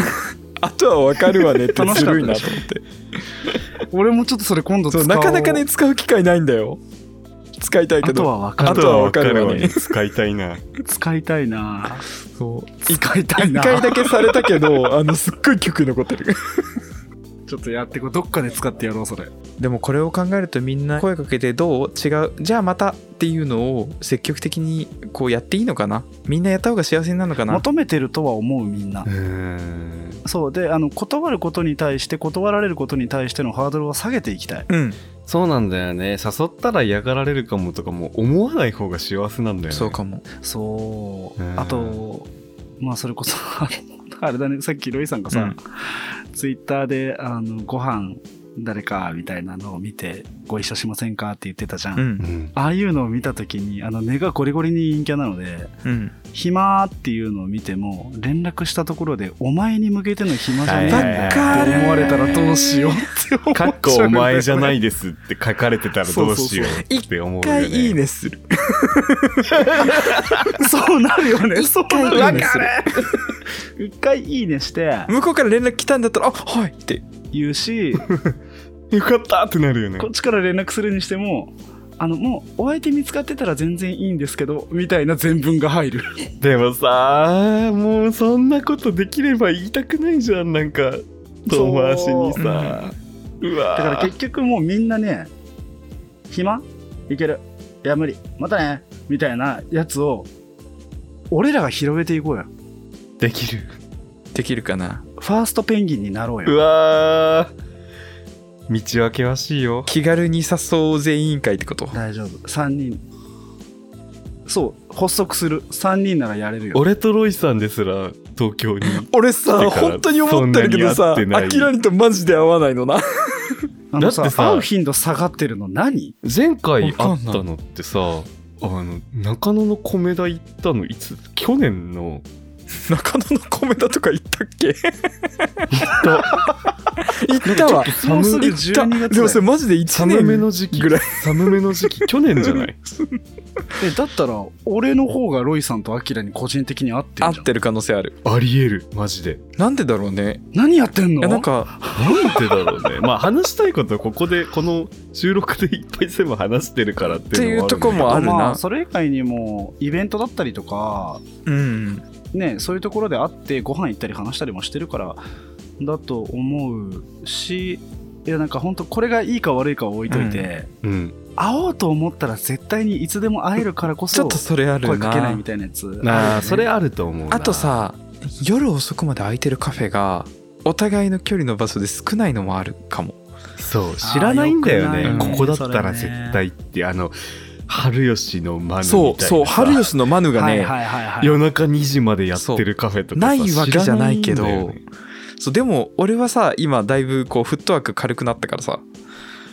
[SPEAKER 3] たあとはわかるわねってずるいなと思って
[SPEAKER 2] 俺もちょっとそれ今度使
[SPEAKER 3] そ
[SPEAKER 2] お
[SPEAKER 3] う
[SPEAKER 2] う
[SPEAKER 3] なかなかね使う機会ないんだよ使いたい
[SPEAKER 2] あ
[SPEAKER 3] け
[SPEAKER 2] と
[SPEAKER 3] ど
[SPEAKER 2] はわか
[SPEAKER 1] あ
[SPEAKER 2] る
[SPEAKER 1] とはわかるわ
[SPEAKER 3] あとはわかるわ
[SPEAKER 1] ね。使いたいな。
[SPEAKER 2] 使いたいな
[SPEAKER 3] そう
[SPEAKER 2] 使いたい
[SPEAKER 3] 一
[SPEAKER 2] な
[SPEAKER 3] 回だけされたけどあのすっごい記憶に残ってる
[SPEAKER 2] ちょっとやってこうどっかで使ってやろうそれ
[SPEAKER 3] でもこれを考えるとみんな声かけてどう違うじゃあまたっていうのを積極的にこうやっていいのかなみんなやった方が幸せになるのかな
[SPEAKER 2] 求めてるとは思うみんな
[SPEAKER 1] うん。
[SPEAKER 2] そうであの断ることに対して断られることに対してのハードルを下げていきたい
[SPEAKER 3] うん
[SPEAKER 1] そうなんだよね。誘ったら嫌がられるかもとかも思わない方が幸せなんだよね。
[SPEAKER 3] そうかも
[SPEAKER 2] そう
[SPEAKER 1] うん
[SPEAKER 2] あとまあそれこそ あれだねさっきロイさんがさ、ツイッターであのご飯誰かみたいなのを見てご一緒しませんかって言ってたじゃ
[SPEAKER 1] う
[SPEAKER 3] う
[SPEAKER 2] ん、
[SPEAKER 1] んん。
[SPEAKER 2] ああいうのを見た時にあの根がゴリゴリに陰キャなので
[SPEAKER 3] うん
[SPEAKER 2] 暇っていうのを見ても連絡したところでお前に向けての暇じゃねえんだよ
[SPEAKER 3] はいはいはい
[SPEAKER 2] って思われたらどうしようって思っちゃ
[SPEAKER 1] か
[SPEAKER 2] う
[SPEAKER 1] っこお前じゃないいですって書かれてたらどうしようって思う
[SPEAKER 3] 一
[SPEAKER 1] よね。
[SPEAKER 3] 回いいねする
[SPEAKER 2] そうなるよねそうなる
[SPEAKER 3] 一回いい
[SPEAKER 2] よ
[SPEAKER 3] ね
[SPEAKER 2] ね
[SPEAKER 3] する
[SPEAKER 2] 一回いいねして
[SPEAKER 3] 向こうから連絡来たんだったら「あはい」って
[SPEAKER 2] 言うし
[SPEAKER 1] よかったってなるよね
[SPEAKER 2] こ。っちから連絡するにしてもあのもうお相手見つかってたら全然いいんですけどみたいな全文が入る
[SPEAKER 1] でもさもうそんなことできれば言いたくないじゃんなんか遠回しにさうわ
[SPEAKER 2] だから
[SPEAKER 1] ー
[SPEAKER 2] 結局もうみんなね暇いけるいや無理またねみたいなやつを俺らが広げていこうよ
[SPEAKER 1] できる
[SPEAKER 3] できるかな
[SPEAKER 2] ファーストペンギンになろう
[SPEAKER 1] う
[SPEAKER 2] よ
[SPEAKER 1] わー道は険しいよ
[SPEAKER 3] 気軽に誘おうぜ委員会ってこと
[SPEAKER 2] 大丈夫3人そう発足する3人ならやれるよ
[SPEAKER 1] 俺とロイさんですら東京に
[SPEAKER 3] 俺
[SPEAKER 1] だか
[SPEAKER 3] さ
[SPEAKER 1] ら
[SPEAKER 3] 本当に思ってるけど
[SPEAKER 1] そんなに
[SPEAKER 3] さ
[SPEAKER 1] 会ってない
[SPEAKER 3] アキラにとマジで合わないのな
[SPEAKER 2] あのさ
[SPEAKER 1] だってさ
[SPEAKER 2] 会う頻度下がってるの何
[SPEAKER 1] 前回
[SPEAKER 3] わか
[SPEAKER 1] 会
[SPEAKER 3] ん
[SPEAKER 1] っ
[SPEAKER 3] ない
[SPEAKER 1] たのってさあの中野の米田行ったのいつ去年の
[SPEAKER 3] 中野の米田とか行ったっけ
[SPEAKER 1] だ
[SPEAKER 3] 行ったわ
[SPEAKER 2] もうすぐ
[SPEAKER 3] 行
[SPEAKER 2] 12
[SPEAKER 3] っ
[SPEAKER 2] 月だ
[SPEAKER 3] た
[SPEAKER 2] よ
[SPEAKER 3] でもそれマジで1
[SPEAKER 1] 寒めの
[SPEAKER 3] 年
[SPEAKER 1] 時期
[SPEAKER 3] ぐらい
[SPEAKER 1] 寒めの時期去年じゃない
[SPEAKER 2] えだったら俺の方がロイさんとアキラに個人的に会って
[SPEAKER 3] 合
[SPEAKER 2] る
[SPEAKER 3] っ
[SPEAKER 2] じゃん
[SPEAKER 3] てる可能性ある
[SPEAKER 1] ありえるマジで
[SPEAKER 3] なんでだろうね
[SPEAKER 2] 何やってん
[SPEAKER 3] い
[SPEAKER 2] の
[SPEAKER 3] やなんか
[SPEAKER 1] なんでだろうね。まあ話したいことここでこの収録でいっぱい全部話してるからっていうの
[SPEAKER 3] っていうとこも
[SPEAKER 1] あ
[SPEAKER 3] あ
[SPEAKER 1] る
[SPEAKER 3] るな
[SPEAKER 2] まあ、それ以外にもイベントだったりとか、
[SPEAKER 3] うん
[SPEAKER 2] ね、そういうところで会ってご飯行ったり話したりもしてるからだと思うしいやなんか本当これがいいか悪いかは置いといて、
[SPEAKER 1] んだよね。うん。
[SPEAKER 2] 会おうと思ったら絶対にいつでも会えるからこ
[SPEAKER 3] ちょ
[SPEAKER 2] そ
[SPEAKER 3] っとそれある
[SPEAKER 2] 声かけない
[SPEAKER 3] な
[SPEAKER 2] みたいなやつ
[SPEAKER 1] ああ、そ
[SPEAKER 2] る
[SPEAKER 1] れ
[SPEAKER 2] よね
[SPEAKER 1] あると思うな
[SPEAKER 3] あと、さ夜遅くまで空いてるカフェがお互いの距離の場所で少ないのもあるかも
[SPEAKER 1] そう、知らないんだよ
[SPEAKER 3] あーよ
[SPEAKER 1] ね
[SPEAKER 3] く。ない
[SPEAKER 1] ここだったら絶対って、あの、春吉のマヌみたいなさ。
[SPEAKER 3] そうそう春吉のマヌがね、
[SPEAKER 2] はいはいはいはい
[SPEAKER 1] 夜中2時までやってるカフェとかさ
[SPEAKER 3] ないわけじゃないけど
[SPEAKER 1] 知らないんだよね
[SPEAKER 3] そうでも俺はさ今だいぶこうフットワーク軽くなったからさ、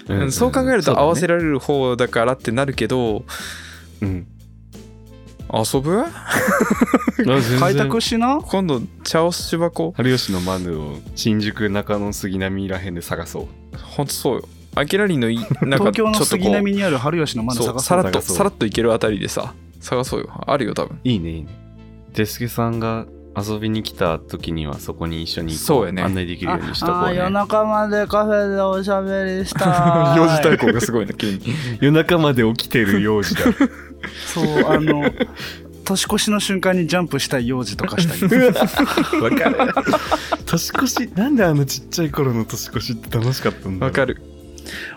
[SPEAKER 1] んん
[SPEAKER 3] そう考えると合わせ
[SPEAKER 1] る。
[SPEAKER 3] られる方だからってなるけど、
[SPEAKER 1] うん
[SPEAKER 3] 遊ぶ
[SPEAKER 2] 開拓しな
[SPEAKER 3] 今度茶をしばこ
[SPEAKER 1] 春吉のマヌを新宿中野杉並らへんで探そう。
[SPEAKER 3] ほんとそうよアキラリンのいなんか
[SPEAKER 2] 東
[SPEAKER 3] ちょ
[SPEAKER 2] 京
[SPEAKER 3] っ
[SPEAKER 2] の
[SPEAKER 3] と
[SPEAKER 2] 杉
[SPEAKER 3] こ
[SPEAKER 2] 並にある春吉の
[SPEAKER 3] う
[SPEAKER 2] マネ
[SPEAKER 3] そ
[SPEAKER 2] 探
[SPEAKER 3] う
[SPEAKER 2] そ
[SPEAKER 3] さ
[SPEAKER 2] う
[SPEAKER 3] らっと
[SPEAKER 1] 探そう
[SPEAKER 3] さらっといけるあたりでさ探そうよあるよ多分
[SPEAKER 1] いいねいいね。デスケさんが遊びに来た時にはそこに一緒に行こ
[SPEAKER 3] そうやね
[SPEAKER 1] 案内できるようにしと
[SPEAKER 2] あ
[SPEAKER 1] こ
[SPEAKER 2] あ
[SPEAKER 1] う
[SPEAKER 2] ー
[SPEAKER 1] ね
[SPEAKER 2] 夜。中までカフェでおしゃべりした い
[SPEAKER 3] 幼児対抗がすごいな急に
[SPEAKER 1] 夜中まで起きてる幼児だ。
[SPEAKER 2] そう、あの、年越しの瞬間にジャンプしたい幼児とかした り
[SPEAKER 3] わかる
[SPEAKER 1] 年越しなんであのちっちゃい頃の年越しって楽しかったんだ
[SPEAKER 3] わか
[SPEAKER 1] る
[SPEAKER 3] る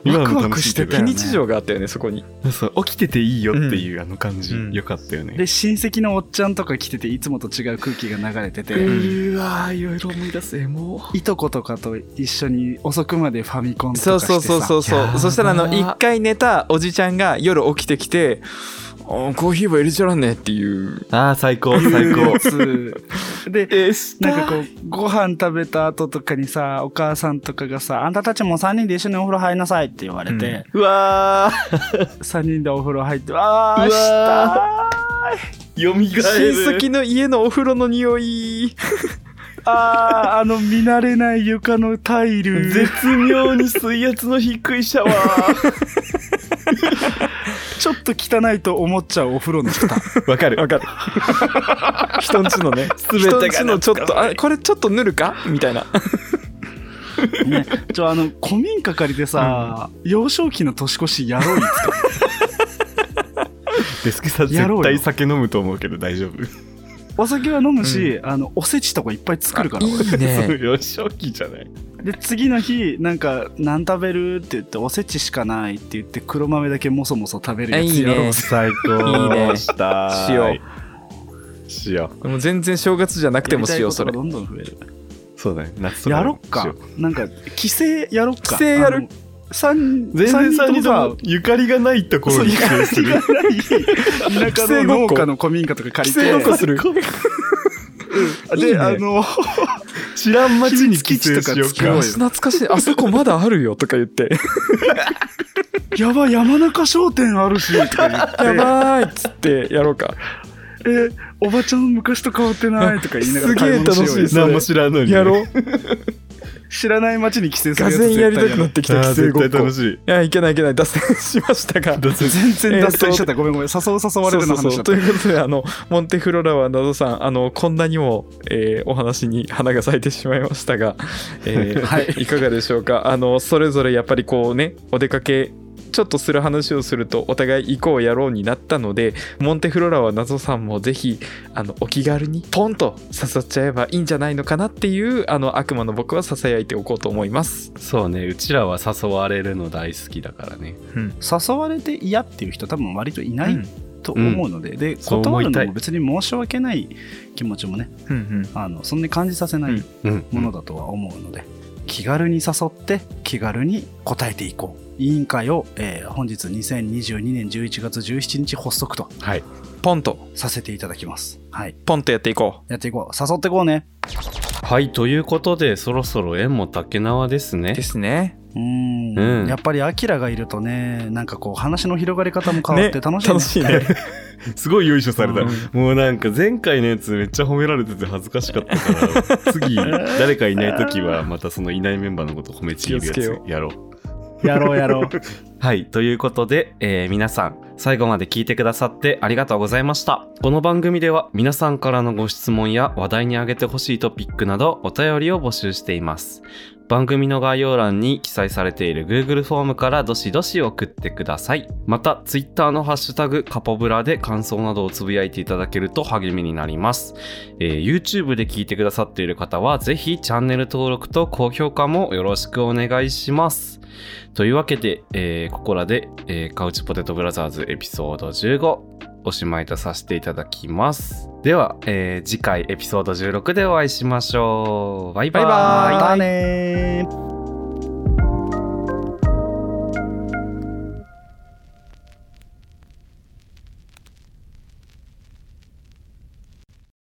[SPEAKER 1] 今
[SPEAKER 2] ワク
[SPEAKER 1] も
[SPEAKER 2] ワ
[SPEAKER 1] 楽
[SPEAKER 2] ク
[SPEAKER 1] しい
[SPEAKER 2] し
[SPEAKER 1] け
[SPEAKER 2] て
[SPEAKER 1] ど
[SPEAKER 2] た
[SPEAKER 3] 非
[SPEAKER 2] よ、ね、
[SPEAKER 3] 日常があったよねそこに
[SPEAKER 1] そう起きてていいよっていうあの感じ、
[SPEAKER 3] うん
[SPEAKER 1] よかったよね、
[SPEAKER 2] で親戚のおっちゃんとか来てていつもと違う空気が流れてて、
[SPEAKER 3] ん
[SPEAKER 1] うわーいろいろ思い出すも
[SPEAKER 2] いとことかと一緒に遅くまでファミコンと
[SPEAKER 3] そう
[SPEAKER 2] かして
[SPEAKER 3] そ
[SPEAKER 2] さ
[SPEAKER 3] うそうそう
[SPEAKER 1] いや
[SPEAKER 3] そ
[SPEAKER 1] ー
[SPEAKER 3] うそしたらあの一回寝たおじちゃんが夜起きてきて「あーコーヒーは入れちゃらんね」っていう
[SPEAKER 1] ああ最高最高
[SPEAKER 2] やつで
[SPEAKER 3] え
[SPEAKER 2] なんかこうご飯食べた後とかにさお母さんとかがさ「あんたたちも3人で一緒にお風呂入りなさい」って言われて、
[SPEAKER 3] うわ
[SPEAKER 2] 3人でお風呂入って「ああ
[SPEAKER 3] う
[SPEAKER 2] した
[SPEAKER 3] わ
[SPEAKER 1] よみが
[SPEAKER 3] 親戚の家のお風呂の匂い
[SPEAKER 2] ーあーあの見慣れない床のタイル」
[SPEAKER 1] 妙に水圧の低いシャワー
[SPEAKER 2] ちょっと汚いと思っちゃうお風呂の蓋
[SPEAKER 1] わかる
[SPEAKER 3] わかる人んちのね
[SPEAKER 1] 全てが
[SPEAKER 3] 人んちのちょっとあこれちょっと塗るかみたいな
[SPEAKER 2] ねちょあの古民家借りてさ、幼少期の年越しやろうよ
[SPEAKER 1] デスケさん
[SPEAKER 2] やろ
[SPEAKER 1] 絶
[SPEAKER 2] う
[SPEAKER 1] 対
[SPEAKER 2] よ
[SPEAKER 1] 酒飲むと思うけど大丈夫
[SPEAKER 2] お酒は飲むし、あのおせちとかいっぱい作るから俺
[SPEAKER 3] い
[SPEAKER 1] そう幼少期じゃない
[SPEAKER 2] で次の日なんか「何食べる?」って言って「おせちしかない」って言って黒豆だけもそもそ食べるやつやろうぜ
[SPEAKER 1] 最
[SPEAKER 3] いいね
[SPEAKER 1] した
[SPEAKER 3] しよ
[SPEAKER 1] うしよ
[SPEAKER 3] もう全然正月じゃなくてもしようそれ
[SPEAKER 2] やりたいことがどんどん増える
[SPEAKER 1] うそうだね夏とか
[SPEAKER 2] やろっ
[SPEAKER 1] しよ
[SPEAKER 2] か
[SPEAKER 1] う
[SPEAKER 2] なんか帰省やろっか
[SPEAKER 3] 帰省やる
[SPEAKER 2] 3
[SPEAKER 1] 全然三
[SPEAKER 2] 人
[SPEAKER 1] 人
[SPEAKER 2] と
[SPEAKER 1] と
[SPEAKER 2] もさ
[SPEAKER 1] もゆかりがないところ
[SPEAKER 2] そう
[SPEAKER 1] に
[SPEAKER 2] ゆ
[SPEAKER 1] 帰省
[SPEAKER 2] か
[SPEAKER 1] す
[SPEAKER 2] り
[SPEAKER 1] る
[SPEAKER 2] がない田舎の農家の古民家とか借りて
[SPEAKER 3] 帰省ごっこするいい
[SPEAKER 2] で
[SPEAKER 3] ね
[SPEAKER 2] あの
[SPEAKER 1] 知らん街に帰省しよう
[SPEAKER 2] 秘密基地とか
[SPEAKER 1] か
[SPEAKER 2] 作ろうよ
[SPEAKER 3] 懐かしいあそこまだあるよとか言って
[SPEAKER 2] やばい山中商店あるしとか言って
[SPEAKER 3] やばーいっつってやろうか
[SPEAKER 2] えおばちゃん昔と変わってないとか言いながら買い物しようよ
[SPEAKER 3] すげえ楽しいそれ
[SPEAKER 1] 何も知らんのに
[SPEAKER 3] やろう
[SPEAKER 2] 知らない街に帰省する
[SPEAKER 3] が
[SPEAKER 2] やつ
[SPEAKER 3] ぜんや
[SPEAKER 2] 絶
[SPEAKER 3] りた
[SPEAKER 2] 対や
[SPEAKER 3] くな
[SPEAKER 2] る
[SPEAKER 3] ってき
[SPEAKER 1] あ
[SPEAKER 3] た
[SPEAKER 1] ー
[SPEAKER 3] 帰省
[SPEAKER 1] 絶
[SPEAKER 3] ごっ
[SPEAKER 1] 対
[SPEAKER 3] こ
[SPEAKER 1] 楽しい
[SPEAKER 3] いやいけないいけない脱線しましたが
[SPEAKER 1] だって
[SPEAKER 2] 全然脱線しちゃったごめんごめん誘う誘わ
[SPEAKER 3] そ
[SPEAKER 2] れ
[SPEAKER 3] うそ
[SPEAKER 2] るの
[SPEAKER 3] うそう
[SPEAKER 2] 話だっ
[SPEAKER 3] と
[SPEAKER 2] た
[SPEAKER 3] いうことであのモンテフローラは謎さんあのこんなにも、えーお話に花が咲いてしまいました が、えー
[SPEAKER 2] はい
[SPEAKER 3] い、かがでしょうかあのそれぞれやっぱりこうねお出かけちょっとする話をするとお互い行こうやろうになったのでモンテフローラは謎さんもぜひあのお気軽にポンと誘っちゃえばいいんじゃないのかなっていうあの悪魔の僕はささやいておこうと思います。
[SPEAKER 1] そうねうちらは誘われるの大好きだからね
[SPEAKER 2] 誘われて嫌っていう人多分割といな
[SPEAKER 3] う
[SPEAKER 2] い
[SPEAKER 3] ん
[SPEAKER 2] と思うので、で
[SPEAKER 1] そう思
[SPEAKER 2] 断
[SPEAKER 1] い
[SPEAKER 2] る
[SPEAKER 1] たい
[SPEAKER 2] のも別に申し訳ない気持ちもね
[SPEAKER 3] うんうん
[SPEAKER 2] あのそんなに感じさせな
[SPEAKER 3] う
[SPEAKER 2] い
[SPEAKER 3] ん
[SPEAKER 1] うん
[SPEAKER 2] ものだとは思うので、気軽に誘って気軽に答えていこう委員会を、えー本日2022年11月17日発足と
[SPEAKER 1] はい
[SPEAKER 3] ポンと
[SPEAKER 2] させていただきますはい
[SPEAKER 3] ポンとやっていこ
[SPEAKER 2] やっていこう誘ってこうね
[SPEAKER 1] はいということでそろそろ縁も竹縄です
[SPEAKER 3] う
[SPEAKER 1] ね
[SPEAKER 3] ですね。
[SPEAKER 2] うーん
[SPEAKER 1] うん
[SPEAKER 2] やっぱりアキラがいるとねなんかこう話の広がり方も変わ
[SPEAKER 3] ね
[SPEAKER 2] って楽しいね
[SPEAKER 3] 楽しいね。
[SPEAKER 1] すごい優勝された、
[SPEAKER 3] う
[SPEAKER 1] もうなんか前回のやつめっちゃ褒められてて恥ずかしかったから 次誰かいない時はまたそのいないメンバーのこと褒めちぎるや
[SPEAKER 3] 気をつけよ
[SPEAKER 1] つやろう
[SPEAKER 2] やろうやろう
[SPEAKER 1] はいということで、えー皆さん最後まで聞いてくださってありがとうございましたこの番組では皆さんからのご質問や話題に挙げてほしいトピックなどお便りを募集しています番組の概要欄に記載されている Google フォームからどしどし送ってください。また、Twitter のハッシュタグカポブラで感想などをつぶやいていただけると励みになります。えー YouTube で聞いてくださっている方は、ぜひチャンネル登録と高評価もよろしくお願いします。というわけで、えーここらで、えーカウチポテトブラザーズエピソード15、おしまいとさせていただきます。では、えー次回エピソード16でお会いしましょう。バイバイ。
[SPEAKER 3] バイバイ
[SPEAKER 2] またねー